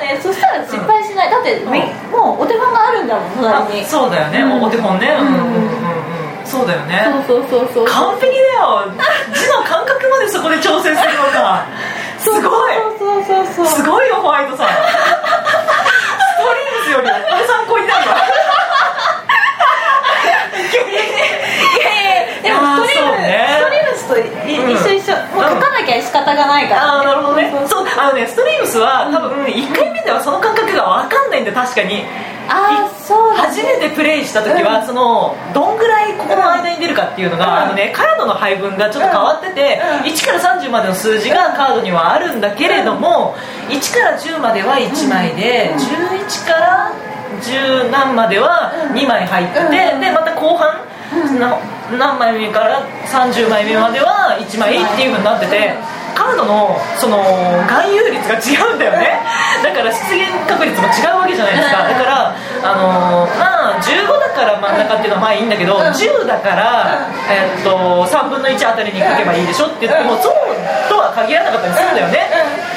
B: らねそしたら失敗しない、だってみもうお手本があるんだもん隣に
A: そうだよね、
B: うん
A: お手本ねうんうんうんうんそうだよね
B: そうそうそうそう
A: 完璧だよ字の感覚までそこで調整するの かすごい
B: そうそうそうそう
A: すごいよホワイトさんストリームスよりお参考になるわ
B: でもストリーム、ストリームスとい、
A: うん
B: 一緒一緒もう書かなきゃ仕方がないから、
A: ああなるほどね
B: そう
A: そうあのねストリームスは多分1回目ではその感覚が分かんないんで確かに
B: あーそうだ
A: 初めてプレイした時はそのどんぐらいここの間に出るかっていうのがあのねカードの配分がちょっと変わってて1から30までの数字がカードにはあるんだけれども1から10までは1枚で11から10何までは2枚入っててでまた後半な何枚目から30枚目までは1枚っていうふうになっててカードのその含有率が違うんだよねだから出現確率も違うわけじゃないですかだからあのーまあ15だから真ん中っていうのはまあいいんだけど10だからえっと3分の1あたりに書けばいいでしょって言ってもそうとは限らなかったりするんだよね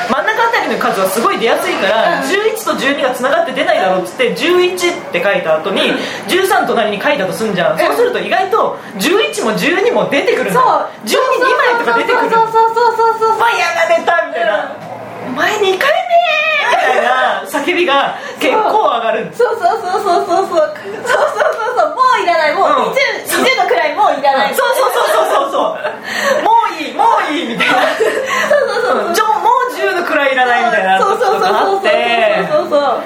A: 真ん中あたりの数はすごい出やすいから11と12がつながって出ないだろうっつって11って書いた後に13隣に書いたとすんじゃんそうすると意外と11も12も出てくるんだよ12 2枚とか出てくる
B: そうそうそうそうそうそう
A: パン屋が出たみたいな、お前2回目みたいな叫びが結構上がるんです
B: そうそうそうそうそうそうそうそうそうそうもういらないもう
A: うん
B: 20、20のくらいもういらない、
A: そうそうそうそうそうそうもういいもういいみたいなうんじゃあもう10のくらいいらないみたいな
B: そうそうそう
A: とかあって
B: そうそうそうそうそう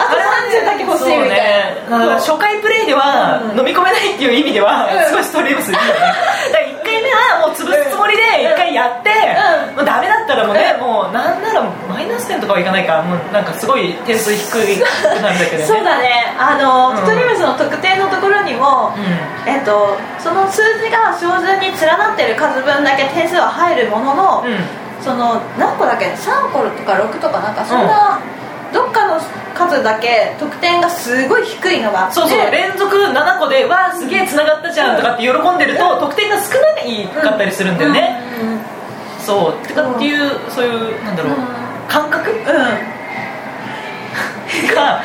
B: あと30だけ欲しい
A: そう
B: みたい
A: ねだから
B: なそう
A: 初回プレイでは飲み込めないっていう意味では すごいストリームスいいよねだから1回目はもう潰すつもりで1回やって
B: うん
A: もうダメだったらもうねもうなんならマイナス点とかはいかないからもうなんかすごい点数低くなるんだけどね
B: そうだねあの、
A: うん
B: ストリームスの特定のところにも、
A: う
B: えっと、その数字が標準に連なってる数分だけ点数は入るものの、
A: んうん
B: その何個だっけ3個とか6とかなんかそんな、どっかの数だけ得点がすごい低いのがあって
A: そうそう連続7個でわあすげえ繋がったじゃんとかって喜んでると得点が少ないかったりするんだよね、
B: うん
A: そうてかっていうそういうなんだろう、
B: うん
A: 感覚
B: う
A: が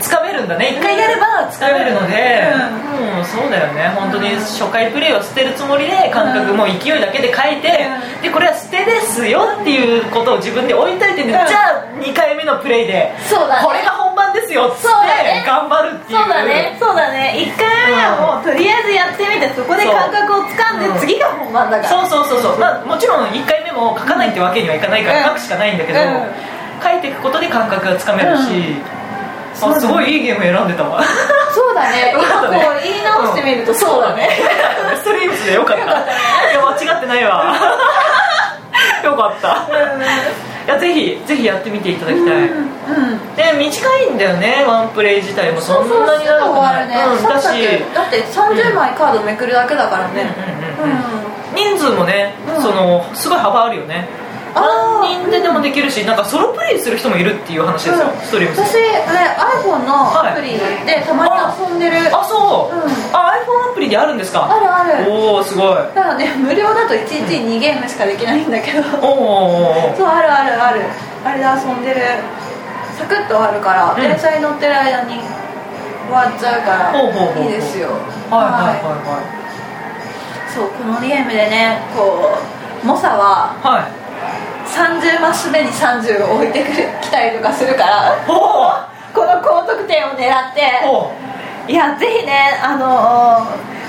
A: つかめるんだね一回やればつかめるので、うんそうだよね本当に初回プレイを捨てるつもりで感覚もう勢いだけで書いて、でこれは捨てですよっていうことを自分で置いといてね、じゃあ2回目のプレイで
B: そうだね
A: これが本番ですよっつって
B: そうだね
A: 頑張るっていう
B: そうだねそうだね1回目はもうとりあえずやってみてそこで感覚をつかんで
A: そう
B: 次が本番だから
A: そうそうそうそう、まあ、もちろん1回目も書かないってわけにはいかないか
B: うん
A: ら書くしかないんだけど、
B: うん
A: 書いていくことで感覚がつかめるし、あすごいいいゲーム選んでた わ
B: そうだね
A: よかったね
B: 今こう言い直してみるとそうだね
A: ストリームスでよかったいや間違ってない わよかったいやぜひぜひやってみていただきたい、で短いんだよねワンプレイ自体もそんなに長くないうん、だし、
B: だって30枚カードめくるだけだからね
A: うんうんうん人数もね、そのすごい幅あるよね
B: あー
A: 何人ででもできるしなんかソロプレイする人もいるっていう話ですよ、
B: うん
A: ストリーム
B: 私ね iPhone のアプリでたまに遊んでる
A: あそう、
B: うん
A: あ iPhone アプリであるんですか
B: あるある
A: おおすごい
B: だからね無料だと1日2ゲームしかできないんだけど
A: おーおーおー
B: そうあるあるあるあれで遊んでるサクッとあるから、
A: うん
B: 電車に乗ってる間に終わっちゃうから
A: ほうほうほうほう
B: いいですよ
A: はいはいは
B: そうこのゲームでねこう猛者はい
A: はいはい
B: 30マス目に30を置いてくる来たりとかするから
A: お
B: この高得点を狙っ
A: おお
B: ていやぜひねあの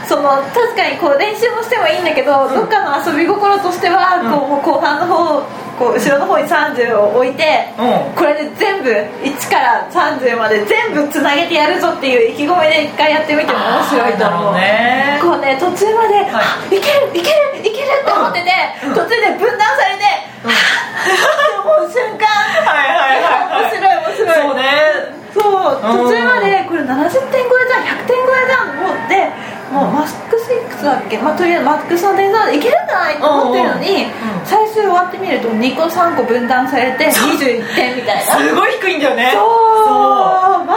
B: その確かにこう練習もしてもいいんだけど、どっかの遊び心としては、こうもう後半の方ここう後ろの方に30を置いて、
A: うん
B: これで全部1から30まで全部つなげてやるぞっていう意気込みで一回やってみても面白いと思う
A: あーなるほ
B: こうね途中まで、あいけるいけるいけるって思ってて、途中で分断されて、はぁって思う瞬間
A: はいはいはい
B: 面
A: はい
B: 白
A: そうね
B: い面白いそう
A: うん
B: 途中までこれ70点超えじゃん100点超えじゃんもうでもうマックスいくつだっけ、まあ、とりあえずマックスの点差でいけるんじゃないと思ってるの
A: う
B: に、
A: んうん
B: 最終終わってみると2個3個分断されて21点みたいなそう
A: すごい低いんだよね
B: マ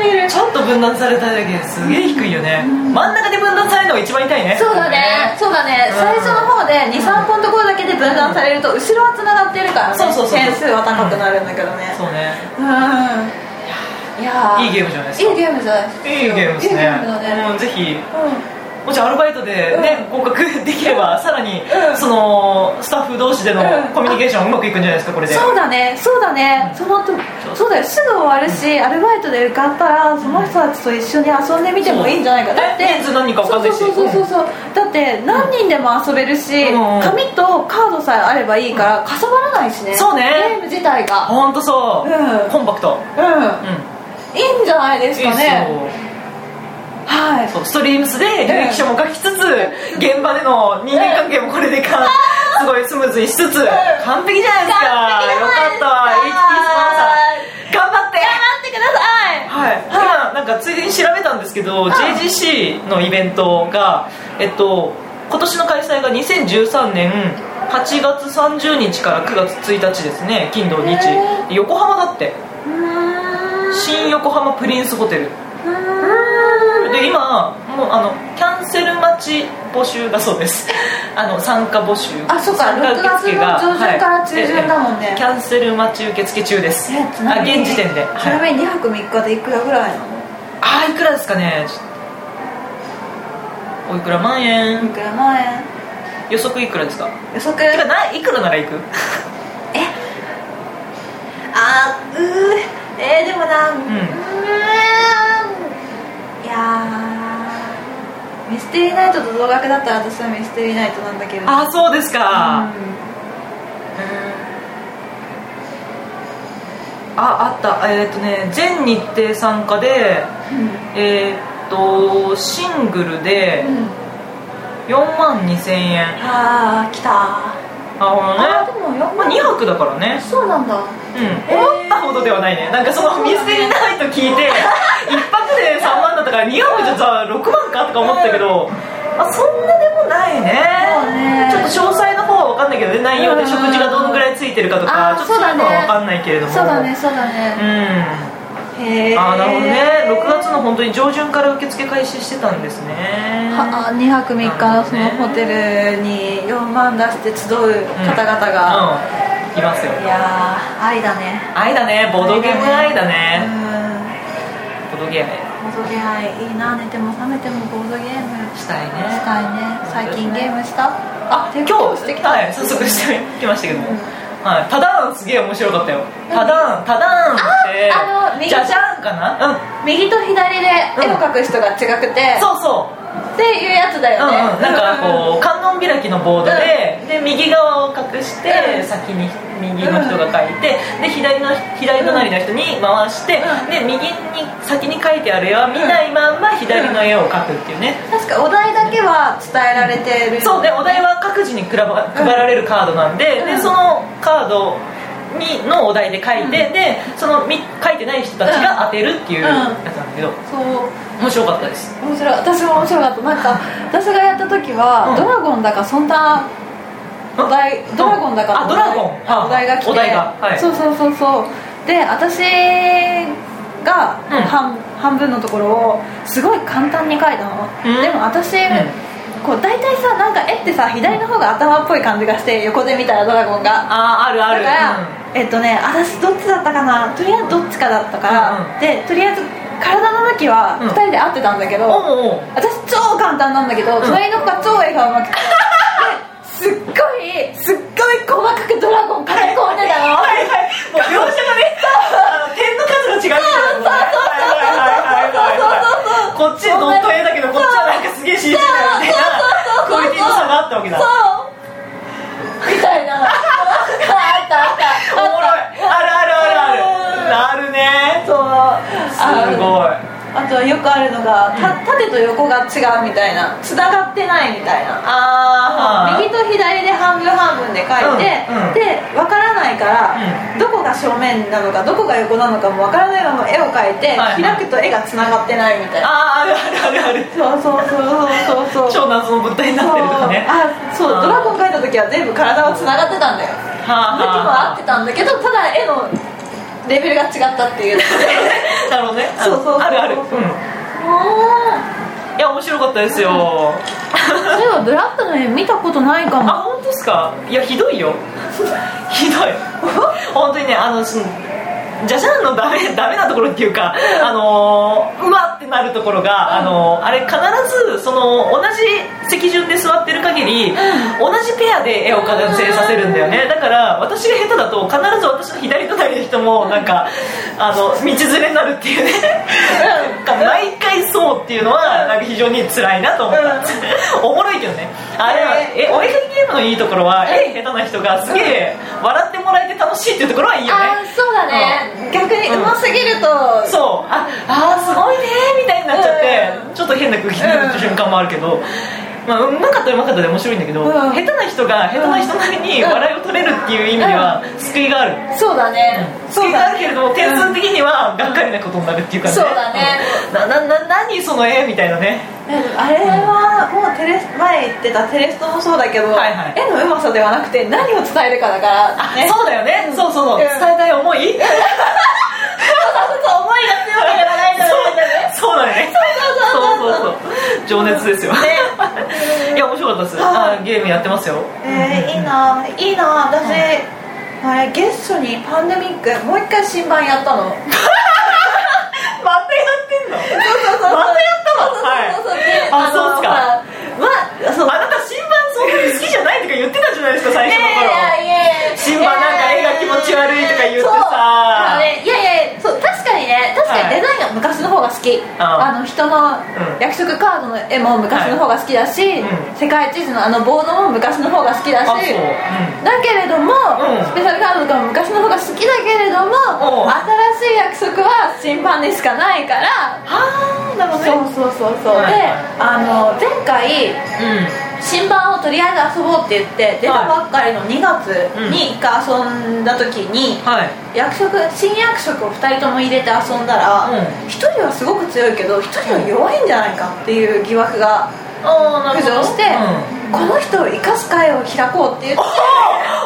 B: ジビビる
A: そうちょっと分断されただけですげえ低いよね真ん中で分断されるのが一番痛いね
B: そうだねそうだ
A: う
B: ね、
A: ん
B: 最初の方で23個のところだけで分断されると後ろはつながってるから、ね、
A: そうそうそう
B: 点数は高くなるんだけどね
A: そうね
B: うんいやー
A: いいゲームじゃないですか
B: いいゲームじゃない
A: いいゲームです
B: いいゲ
A: ね
B: ームだね
A: うんぜひ
B: うん
A: もしアルバイトでね合格できればさらにそのスタッフ同士での
B: うん
A: コミュニケーションうまくいくんじゃないですかこれで
B: そうだねそうだね、そのとそうだよすぐ終わるし、アルバイトで受かったらその人たちと一緒に遊んでみてもいいんじゃないか
A: そう
B: だって
A: ね人数何人か分かんないし
B: そうそうそうそうそうだって何人でも遊べるし、
A: うんうん
B: 紙とカードさえあればいいからかさばらないしね
A: そうね
B: ゲーム自体が
A: 本当そう、
B: うん
A: コンパクト、
B: うん
A: うん、
B: いいんじゃないです
A: いい
B: か
A: っ
B: ね
A: す
B: はい
A: よそうストリームスで履歴書も書きつつ、現場での人間関係もこれでか、すごいスムーズにしつつ、完璧じゃないですかよかったわ HT スポンサー頑張って
B: 頑張ってください
A: はい、今なんかついでに調べたんですけど、JGC のイベントが、えっと、今年の開催が2013年8月30日から9月1日ですね金土日
B: へ
A: 横浜だって
B: うーん
A: 新横浜プリンスホテル
B: うーん
A: で今もうあのキャンセル待ち募集だそうです あの参加募集
B: あそうか
A: 参加受付が
B: 6月の上旬から
A: はい
B: 中旬だもんね
A: ええキャンセル待ち受付中です
B: えち
A: あ
B: なみに
A: 現時点で、
B: ち
A: はい
B: なみに2泊3日でいくらぐらいなの
A: あーいくらですかねちょっとおいくら万
B: い
A: 円
B: くら万円
A: 予測いくらですか
B: 予測
A: てかないくらなら行く
B: あーうーえー、でもなうーんいやーミステリーナイトと同額だったら私はミステリーナイトなんだけど
A: あーそうです
B: うん
A: か、ああったえーっ、とね全日程参加でえーっ、とシングルで
B: うん
A: 4万2000円
B: ああ来た
A: あほ
B: あ
A: ら
B: ーで
A: ね
B: も4
A: まあ
B: 万
A: 2泊だからね
B: そうなんだ
A: うん、思ったほどではないねなんかそのミステリーナイト聞い て一泊で3万だったから2泊じゃさ6万かとか思ったけど、あ、そんなでもない
B: そう
A: ね
B: ね
A: ちょっと詳細の方は分かんないけどね内容で
B: うん
A: 食事がどのぐらいついてるかとか
B: あ
A: ちょっとそういうのは分かんないけれども
B: そうだねそうだね
A: う
B: へえ
A: んあーなるほどね6月の本当に上旬から受付開始してたんですね
B: はあ2泊3日のそのホテルに4万出して集う方々が、
A: うんいますよ
B: いやー愛だね
A: 愛だねボードゲーム愛だね
B: う
A: ボードゲーム
B: んボードゲーム愛いいな寝ても覚めてもボードゲーム
A: したいね
B: したいね最近ゲームした
A: あ今日
B: してきた
A: はい早速してきましたけども、はい、タダーンすげえ面白かったよタダーンタダーンって
B: ああの右
A: じゃじゃんかなうん
B: 右と左で絵を描く人が違くて、
A: そうそう
B: っていうやつだ
A: うん
B: よ
A: うん
B: ね、
A: なんかこう観音開きのボードで,、で右側を隠して、
B: うん
A: 先に右の人が書いて、で左の左隣の人に回して、
B: うん
A: で右に先に書いてある絵は見ないまんま左の絵を描くっていうね、
B: 確かお題だけは伝えられてる
A: そうでお題は各自にくらば配られるカードなんで,、でそのカードにのお題で書いて、でそのみ書いてない人たちが当てるっていうやつなんだけど
B: そう
A: 面白かったです
B: 面白い私も面白かったなんか私がやった時は、
A: うん
B: ドラゴンだかそんなお題
A: ん
B: ドラゴンだ
A: あ
B: かの
A: ドラゴンあ
B: お題が来て
A: お題がはい
B: そうそうそうそうで私が
A: うん
B: 半,、半分のところをすごい簡単に書いたの、
A: うん
B: でも私、
A: ん
B: こう大体さなんか絵ってさ左の方が頭っぽい感じがして横で見たらドラゴンが
A: あああるあ
B: だか
A: る
B: ら、
A: うん
B: えっとね私どっちだったかなとりあえずどっちかだったから、
A: うんうん
B: でとりあえず体の向きは
A: うん
B: 2人で合ってたんだけど、
A: おうおう
B: 私超簡単なんだけど、隣の子が超絵が上手くてですっごいすっごい細かくドラゴン書き込んでたの
A: はいはい、もう描写がね、あの点の数が違うみたいなもんね。はいはいはいはいはいこっちドット絵だけど、こっちはなんかすげえ CG だよみたいな、クオリティの差があったわけだ。
B: そうみたいななんかあとはよくあるのがた縦と横が違うみたいなつながってないみたいな
A: あ
B: 右と左で半分半分で書いて、
A: うんうん
B: で分からないから、
A: う
B: どこが正面なのかどこが横なのかも分からないまま絵を描いて、
A: はいはい
B: 開くと絵がつながってないみたいな
A: ああるあるあるある
B: そうそうそうそうそうそう
A: 超謎の物体になってるとかね
B: あそう
A: うん
B: ドラゴン描いた時は全部体はつながってたんだよ
A: はあ
B: 向きも合ってたんだけどただ絵のレベルが違ったって いう
A: なるほどね
B: そうそうそう
A: あるある、うん、
B: あ
A: いや面白かったですよ
B: あそういえばブラックの絵見たことないか
A: あ本当ですかいやひどいよ ひどい本当にねあのそのジャジャンのダメダメなところっていうか、あのーうわってなるところが、あのーあれ必ずその同じ席順で座ってる限り、同じペアで絵を完成させるんだよねだから私が下手だと必ず私の左隣の人もなんかあの道連れになるっていうねなんか毎回そうっていうのはなんか非常に辛いなと思った、 おもろいけどねあれはえお絵描きゲームのいいところは絵下手な人がすげえ笑ってもらえて楽しいっていうところはいいよね
B: あーそうだね、逆にうますぎると、
A: そうああーすごいねみたいになっちゃって、
B: う
A: ちょっと変な空気になる瞬間もあるけど、まあ、うまかったらうまかったで面白いんだけど、
B: ん
A: 下手な人が下手な人なりに
B: うん
A: 笑いを取れるっていう意味では救いがある、
B: そうだね、
A: 救いがあるけれども点数的にはがっかりなことになるっていうかね
B: そうだね
A: うんななな何その絵みたいなね
B: あれはもうテレ前言ってたテレストもそうだけど、
A: はいはい
B: 絵のうまさではなくて何を伝えるかだから、ね、
A: そうだよね、そうそうそう、
B: うん
A: 伝えたい思い、
B: そうそう思いが強いからないと思うんだよ ね
A: そうだね
B: そうそうそうそう
A: そうそう情熱ですよ、 いや面白かったです
B: はい
A: あーゲームやってますよ
B: えー、いいないいな私、あれゲストにパンデミックもう一回新版やったのそう
A: またやってんの
B: そうそう
A: またやった
B: そうそうそうそうで
A: あそうっすか
B: のほらまあそう
A: あなた新版そんなに好きじゃないとか言ってたじゃないですか最
B: い
A: 初の
B: やいや
A: 頃
B: いやいや
A: 新版なんか絵が気持ち悪いとか言ってさ
B: そうあのねいやいやいやそう確かにね確か
A: はい
B: にデザインが昔の方が好き、あの人の
A: ん
B: 約束カードの絵も昔の方が好きだし、
A: うん
B: 世界地図のあのボードも昔の方が好きだ
A: あ
B: し
A: そううん
B: だけれども、
A: うん
B: スペシャルカードとかも昔の方が好きだけれど
A: お
B: も
A: う
B: 新しい約束は新版でしかないから
A: はあなるほどね
B: そうそうそうそう、
A: はい
B: であの前回
A: うん
B: 新版をとりあえず遊ぼうって言って出たばっかりの2月に1回遊んだ時に、
A: はい
B: 役職新役職を2人とも入れて遊んだら、
A: うん
B: 1人はすごく強いけど1人は弱いんじゃないかっていう疑惑が
A: ああ
B: 浮上して、この人を生かす会を開こうって言って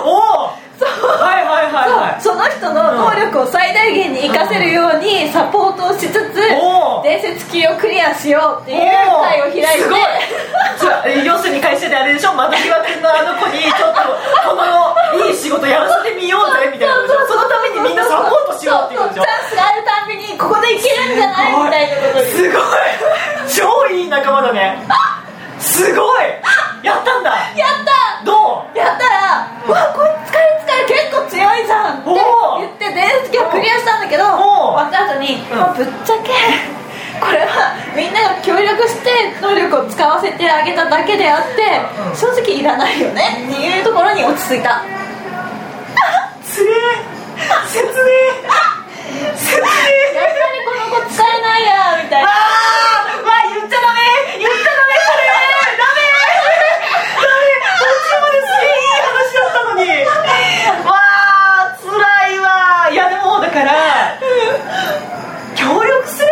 A: おおはいはいはいはい
B: そうその人の能力を最大限に生かせるようにサポートをしつつ、
A: おー
B: 伝説級をクリアしようっていう会を開いて
A: おーすごいそう要するに会社であれでしょまた岩君のあの子にちょっとこのいい仕事やらせてみようぜみたいなことでしょそのためにみんなサポートしようっていうことでし
B: そ
A: ょ
B: そチャンスがあるたんびにここでいけるんじゃないみたいなことに
A: すごい超いい仲間だねすごいやったんだ
B: やった
A: どう
B: やったら「うわこれ使い使い結構強いじゃん」って
A: おー
B: 言って伝説をクリアしたんだけど
A: おー
B: 終わった後に、
A: うん
B: まあ、ぶっちゃけこれはみんなが協力して能力を使わせてあげただけであって、
A: うん
B: 正直いらないよねっていうところに落ち着いた
A: つれ説明説明
B: やっぱりこの子使えないやみたい
A: あー
B: な
A: わあ言っちゃダメ言っちゃダメそれダメダメ途中まですげえいい話だったのにわあ辛いわいやでもだから協力すれ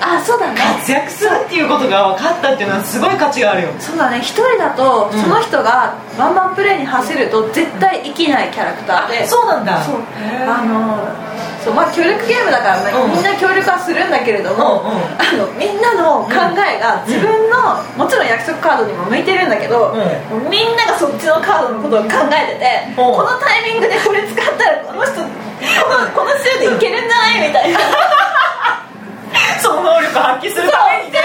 A: ば
B: あそうだね
A: 活躍するっていうことが分かったっていうのはすごい価値があるよ
B: そうだね一人だと
A: うん
B: その人がワンマンプレイに走ると絶対生きないキャラクターで
A: そうなんだ
B: そう
A: へー
B: あのそうまあ協力ゲームだから、まあ
A: うん
B: みんな協力はするんだけれども、
A: うんうん
B: あのみんなの考えが自分の、もちろん約束カードにも向いてるんだけ
A: う
B: ど、みんながそっちのカードのことを考えてて、
A: ん
B: このタイミングでこれ使ったらこの人このこの週でいけるんじゃないみたいな
A: その能力発揮するためにね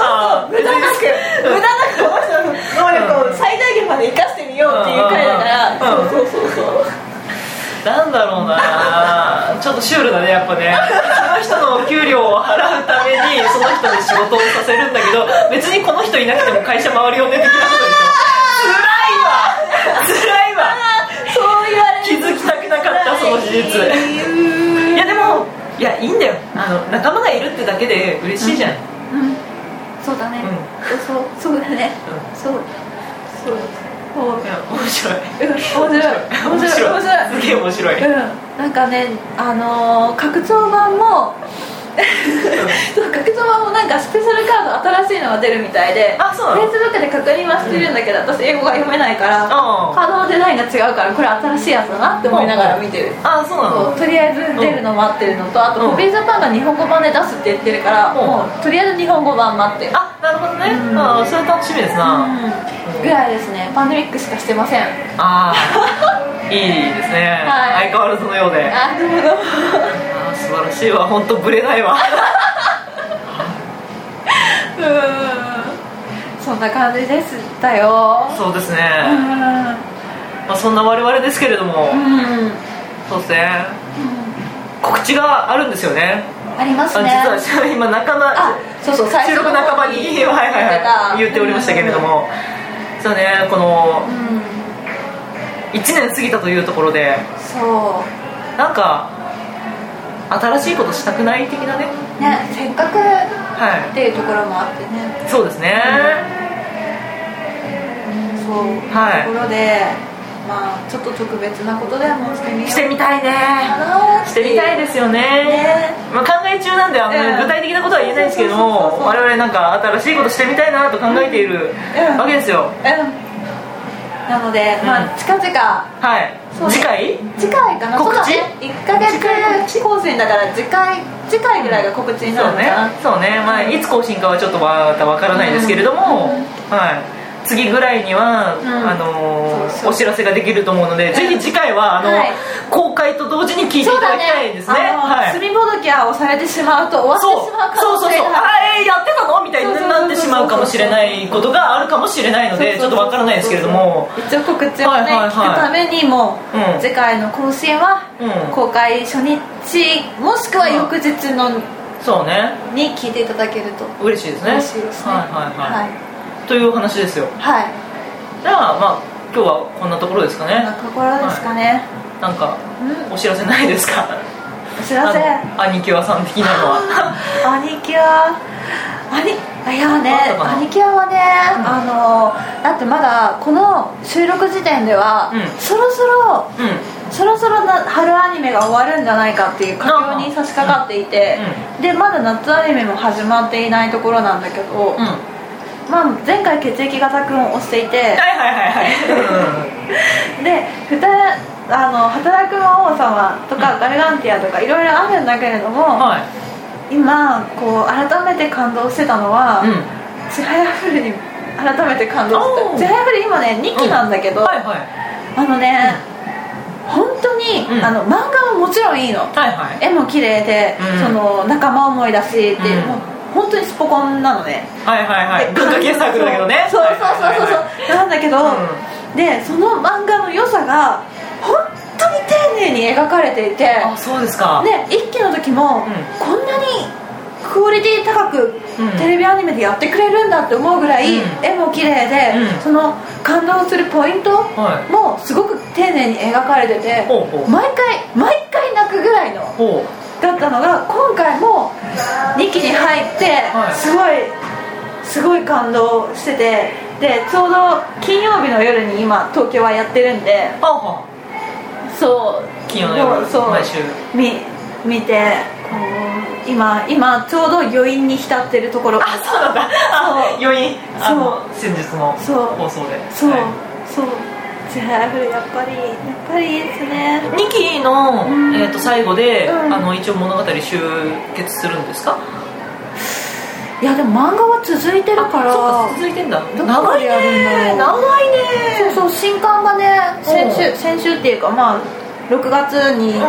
A: あー
B: 無駄なく無駄なくこの人の能力を最大限まで生かしてみようっていう回だから、
A: うん
B: そうそうそうそう
A: なんだろうなちょっとシュールだねやっぱねその人の給料を払うためにその人で仕事をさせるんだけど別にこの人いなくても会社回るよね的なことでしょ辛いわ辛いわ
B: そう言われる
A: 気づきたくなかったその事実
B: い
A: いやでもいいやいいんだよあの仲間がいるってだけで嬉しいじゃん、うん
B: うんそうだね、そうそうだねそうそうそう
A: いや面白い
B: うん面白い面
A: 面
B: 白い
A: 白
B: 面
A: い
B: 白い
A: すげえ面白い、
B: うん、なんかね、あのー拡張版も そう拡張版もなんかスペシャルカード新しいのが出るみたいで
A: あそうなの
B: Facebook で確認はしてるんだけど、私英語が読めないから
A: あー
B: カードのデザインが違うからこれ新しいやつだなって思いながら見てる
A: ああそうな
B: そう
A: の
B: とりあえず出るの待ってるのとあ
A: う
B: と
A: ん
B: コピージャパンが日本語版で出すって言ってるから
A: うん
B: もうとりあえず日本語版待ってる
A: あなるほどね、
B: うん
A: ああそれ楽しみですな、
B: うんぐらいですねパンデミックしかしてません
A: ああいいですね、
B: はい
A: 相変わらずのようであ
B: あなるほど
A: あ素晴らしいわ本当ブレない わ
B: うーんそんな感じでしたよ
A: そうですね、
B: うん
A: まあ、そんな我々ですけれども、
B: うん
A: そうですね告知があるんですよね
B: ありま
A: あ
B: す
A: 実
B: ね
A: は今仲間
B: あそうそう最
A: 収
B: 初
A: 録
B: の
A: 半ばに
B: 言っ
A: はい
B: てた
A: はいはい言っておりましたけれども、そうねこの
B: うん
A: 1年過ぎたというところで
B: そ
A: なんか新しいことしたくない的なね
B: うねせっかくっ
A: は
B: ていうところもあってね
A: いそうですね、
B: そう、
A: はい
B: ところでまあちょっと特別なことでもしてみよう
A: してみたい
B: か
A: ね
B: なー
A: し
B: って
A: みたいですよね
B: ね
A: まあ、考え中なんであんまり
B: うん
A: 具体的なことは言えないんですけども
B: そうそうそうそう
A: 我々なんか新しいことしてみたいなと考えている
B: うん
A: わけですよ
B: うんなので、ま
A: う
B: あ近々
A: はい
B: そうね
A: 次回
B: 次回かな
A: 告知
B: そうだね1ヶ月更新だから次回次回ぐらいが告知にな
A: そう
B: るのか
A: ね
B: な、
A: そうね、まあ、いつ更新かはちょっとまたわからないですけれども、
B: うん
A: はい、次ぐらいには、
B: ん
A: あのー
B: そうそう
A: お知らせができると思うので、ぜひ次回はあの、
B: はい
A: 公開と同時に聞いていた
B: そう
A: だ
B: だ
A: きたいで
B: ね
A: すね。は
B: あの
A: い
B: 炭ぼどきは押されてしまうと終わ
A: そ
B: っ
A: う
B: てしまう可
A: そう
B: 能
A: そう
B: 性
A: そう
B: がある
A: あえーやってたのみたいに
B: そうそうそう
A: なってしまうかもしれないことがあるかもしれないのでちょっとわからないですけれども
B: 一応告知をね、
A: はいはいはい
B: 聞くためにも、
A: うん
B: 次回の更新は
A: うん
B: 公開初日もしくは翌日の
A: そうね
B: に聞いていただけると
A: 嬉しいですね
B: 嬉しいですね
A: はいはいはい、というお話ですよ
B: はい、はい
A: じゃあまあ今日はこんなところですか
B: こんな
A: ね
B: ところですかね、
A: なんか
B: うん
A: お知らせないですか
B: お知らせ
A: あのアニキュアさん的なの は
B: 兄貴は兄あいや
A: どう
B: ね
A: だったかな
B: 兄貴はね、あのだってまだこの収録時点では、
A: うん
B: そろそろ
A: うん
B: そろそろな春アニメが終わるんじゃないかっていう佳境に差し掛かっていて、でまだ夏アニメも始まっていないところなんだけど、
A: うんは
B: まあ、前回血液型くんを推してい
A: い
B: て
A: はいはいはい
B: でふたあの働く魔王様とかガルガンティアとかいろいろあるんだけれど
A: うん
B: も、
A: はい
B: 今こう改めて感動してたのは、
A: うん
B: ちはやふるに改めて感動
A: おー
B: してちはやふる今ね2期なんだけど、
A: はいはい
B: あのね、本当に、
A: うん
B: あの漫画はもちろんいいの
A: はいはい
B: 絵も綺麗で、
A: うん
B: その仲間思いだしって、
A: うん
B: もう本当にスポコンなのね
A: はいはいはい
B: で
A: 文化系サークルだけどね
B: そうそうそう
A: はいはい
B: そうそう、
A: はい
B: なんだけど、
A: う
B: でその漫画の良さが本当に丁寧に描かれていて
A: あそうですか
B: ね一期の時も、
A: うん
B: こんなにクオリティ高く
A: うん
B: テレビアニメでやってくれるんだって思うぐら
A: う
B: い、
A: ん
B: 絵も綺麗で、
A: うん
B: その感動するポイント
A: はい
B: もすごく丁寧に描かれてて、
A: ほうほう
B: 毎回毎回泣くぐらいの
A: ほう
B: だったのが今回も2期に入って
A: はい
B: すごいすごい感動しててでちょうど金曜日の夜に今東京はやってるんで
A: はあは
B: そう
A: 金曜の夜
B: そう
A: 毎週
B: み見てこう今今ちょうど余韻に浸ってるところ
A: あそうなんだあ 余韻
B: そう
A: あの先日の
B: そう
A: 放送で
B: そう
A: はい
B: そうじゃあやっぱりやっぱりですね
A: 二期の、
B: うん
A: えー、と最後で、
B: うん
A: あの一応物語終結するんですか
B: いやでも漫画は続いてるから
A: そうか続いてんだ
B: どこ
A: 長い
B: でやるんだろ
A: ね
B: う
A: 長い
B: そう
A: ね
B: そう新刊がね先
A: うん
B: 週先週っていうかまあ6月に
A: う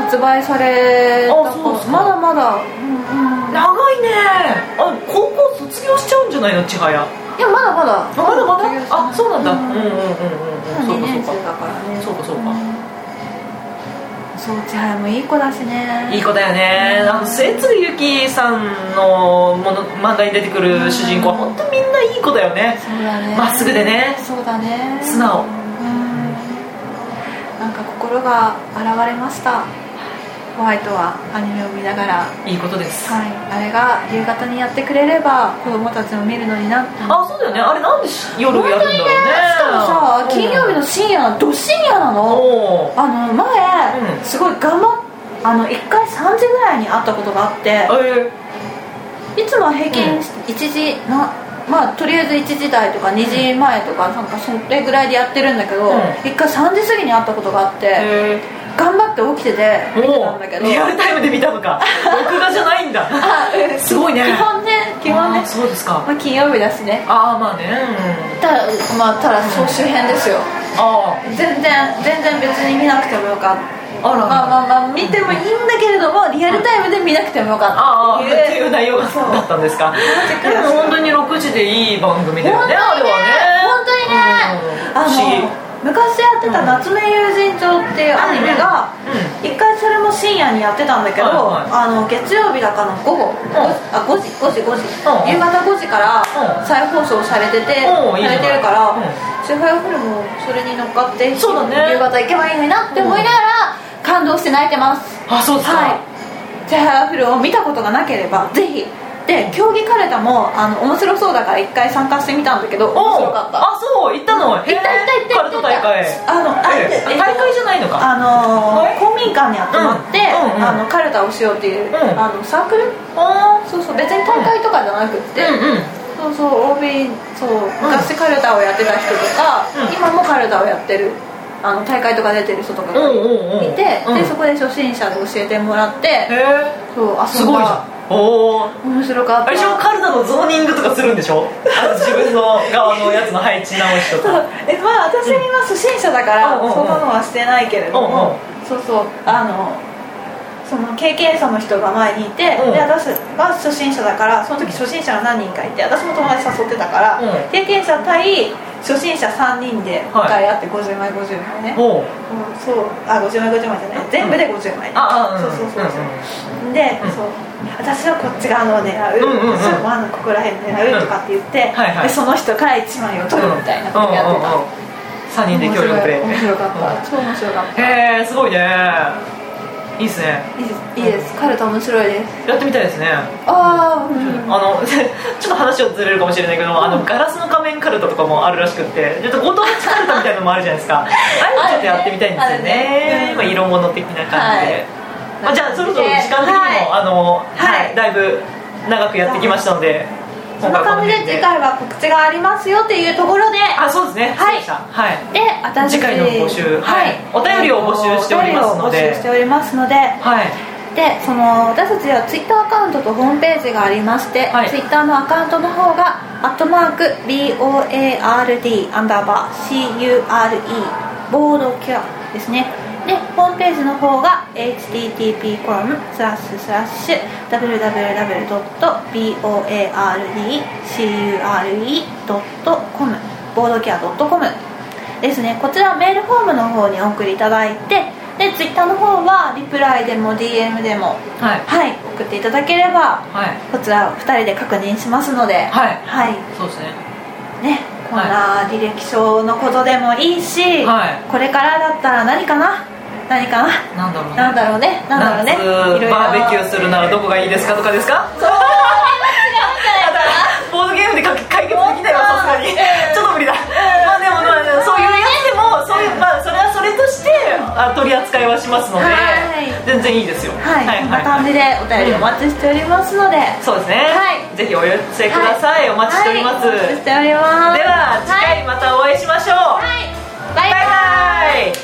B: 発売された
A: あそうですか
B: まだまだ、
A: ん長いねあ高校卒業しちゃうんじゃないの千早
B: いやまだまだ
A: あまだまだあそうなんだ、う、
B: うん
A: うんうんうんうんそうか
B: 2年
A: そう
B: 生だ
A: か
B: からね
A: そうかそうか
B: そう千早もいい子だしね
A: いい子だよねあの末次ゆきさんのもの漫画に出てくる主人公は本当みんないい子だよね
B: そうだね
A: まっすぐでね
B: そうだね
A: 素直
B: うんなんか心が洗われましたホワイトはアニメを見ながら、
A: いいことです
B: はい、あれが夕方にやってくれれば子供たちも見るのになって
A: あそうだよねあれなんでし夜やるんだろうね
B: しかもさ金曜日の深夜ど深夜な
A: お
B: の
A: お
B: あの前、
A: うん
B: すごい頑張っあの1回3時ぐらいに会ったことがあって
A: え
B: いつもは平均
A: うん
B: 1時な、まあとりあえず1時台とか2時前とかなんかそれぐらいでやってるんだけど、
A: うん
B: 1回3時過ぎに会ったことがあって、
A: え
B: 頑張って起きてて見てたんだけど
A: リアルタイムで見たのか 録画じゃないんだ
B: あ うん
A: すごいね
B: 基本ね基本
A: あー
B: ね
A: そうですか
B: まあ、金曜日だしね
A: ああまあね
B: ただまあただ総集編です
A: う
B: よ
A: んあ
B: 全然全然別に見なくてもよかった
A: ああら
B: まあまあまあ見てもいいんだけれどもリアルタイムで見なくてもよか
A: ああ
B: った
A: っ
B: ってていう
A: いう内容がそうだったんですかでも本当に6時でいい番組だよねあれはね
B: 本当にねあの昔やってた「夏目友人帳」っていうアニメが一回それも深夜にやってたんだけど、
A: はい
B: あの月曜日だからの午後、
A: ん
B: あ5時5時5時、
A: うん
B: 夕方5時から
A: うん
B: 再放送されてて、
A: うんいいじゃな
B: さ
A: い
B: れてるから、
A: うん
B: シェファイフルもそれに乗っかって、
A: そうだね
B: 夕方行けばいいのになって思いながら、感動して泣いてます
A: うんあそうですか、
B: はいシェファイフルを見たことがなければぜひで競技かるたもあの面白そうだから一回参加してみたんだけど面白かった
A: あそう行ったの行っ
B: 行った行った行った
A: カルト大会
B: あのあ
A: ええ
B: えっと
A: 大会じゃないのか
B: あの
A: はい
B: ー、公民館に集まって、
A: うんうんうん
B: あのカルタをしようっていう、
A: ん
B: あのサークル
A: あ
B: そうそう別に大会とかじゃなくって、
A: うんうん
B: そうそう OB そう昔カルタをやってた人とか、
A: うん
B: 今もカルタをやってるあの大会とか出てる人とか
A: うん
B: がいて、
A: うんうんうん
B: でそこで初心者で教えてもらって、
A: へ
B: そう
A: えすごいじゃんおお
B: ん面白かっ
A: あ
B: た
A: れでしょカルタのゾーニングとかするんでしょあの自分の側のやつの配置直しと
B: そう
A: か
B: えまあ私は初心者だから、
A: うんうんうん
B: そんなのはしてないけれども、そうそうあのその経験者の人が前にいて、
A: うん
B: で私は初心者だからその時初心者が何人かいて私も友達誘ってたから、
A: うん
B: 経験者対初心者3人で向かい合って50枚50枚ね、
A: おう
B: うんそうあ50枚50枚じゃない全部で50枚ね、
A: ああうん
B: そうそうそうそう、
A: う
B: で、
A: うん
B: そう私はこっち側のを狙う,、
A: うんうんうん
B: 私はあのここら辺狙うとかって言って、
A: んはいはい
B: でその人から1枚を取るみたいなこ
A: んう
B: とやってた、
A: んうんうん3人で協力プレイ
B: 面白かった超面白かっ
A: へえすごいねいいっすね
B: たいいですいいですカルタ面白いです
A: やってみたいですね
B: ああ
A: あ
B: うん
A: の ちょっと話をずれるかもしれないけどあのガラスの仮面カルタとかもあるらしくってちょっとご当地カルタみたいなのもあるじゃないですかああいうのちょっとやってみたいんですよね
B: あるねうん
A: まあ、色物的な感じで、
B: はい
A: まあ、じゃあそろそろ時間的にも、
B: はい
A: あの、は
B: はい
A: い、だいぶ長くやってきましたので
B: そんな感じで次回は告知がありますよっていうところで
A: あそうですね
B: は
A: そうで
B: い
A: したはい
B: で私
A: 次回の募集はいお便りを募集しておりますので
B: お便りを募集しておりますので
A: はい
B: でその私たちはツイッターアカウントとホームページがありまして、
A: はい
B: ツイッターのアカウントの方が「アットマーク #BOARD アンダーバー CURE ボードキュア」ですねでホームページの方が http コロンスラッシュスラッシュ www.boardcure.com ボードキュア .com ですねこちらメールフォームの方にお送りいただいてでツイッターの方はリプライでも DM でも
A: はい
B: はい送っていただければ
A: はい
B: こちら2人で確認しますのでは
A: はいそうですね
B: ねこんな履歴書のことでもいいし、
A: はい
B: これからだったら何かな何か
A: な
B: な
A: んだろうね
B: なんだろうねなんだろう
A: 夏
B: ねいろいろ
A: バーベキューするならどこがいいですかとかですかそう違うんじゃないかなボードゲームでか解決できないわさすがにちょっと無理だまあでもまあそういうやつでもそういうまあそれはそれとしてあ取り扱いはしますので
B: はい
A: 全然いいですよ
B: はい、こんな感じでお便りお待ちしておりますので、
A: そうですね
B: はい
A: ぜひお寄せくださいお待ちしております
B: はいお待ちし
A: で
B: ております
A: は次回またお会いしましょう
B: はいバイバ
A: バ
B: イ
A: イバイ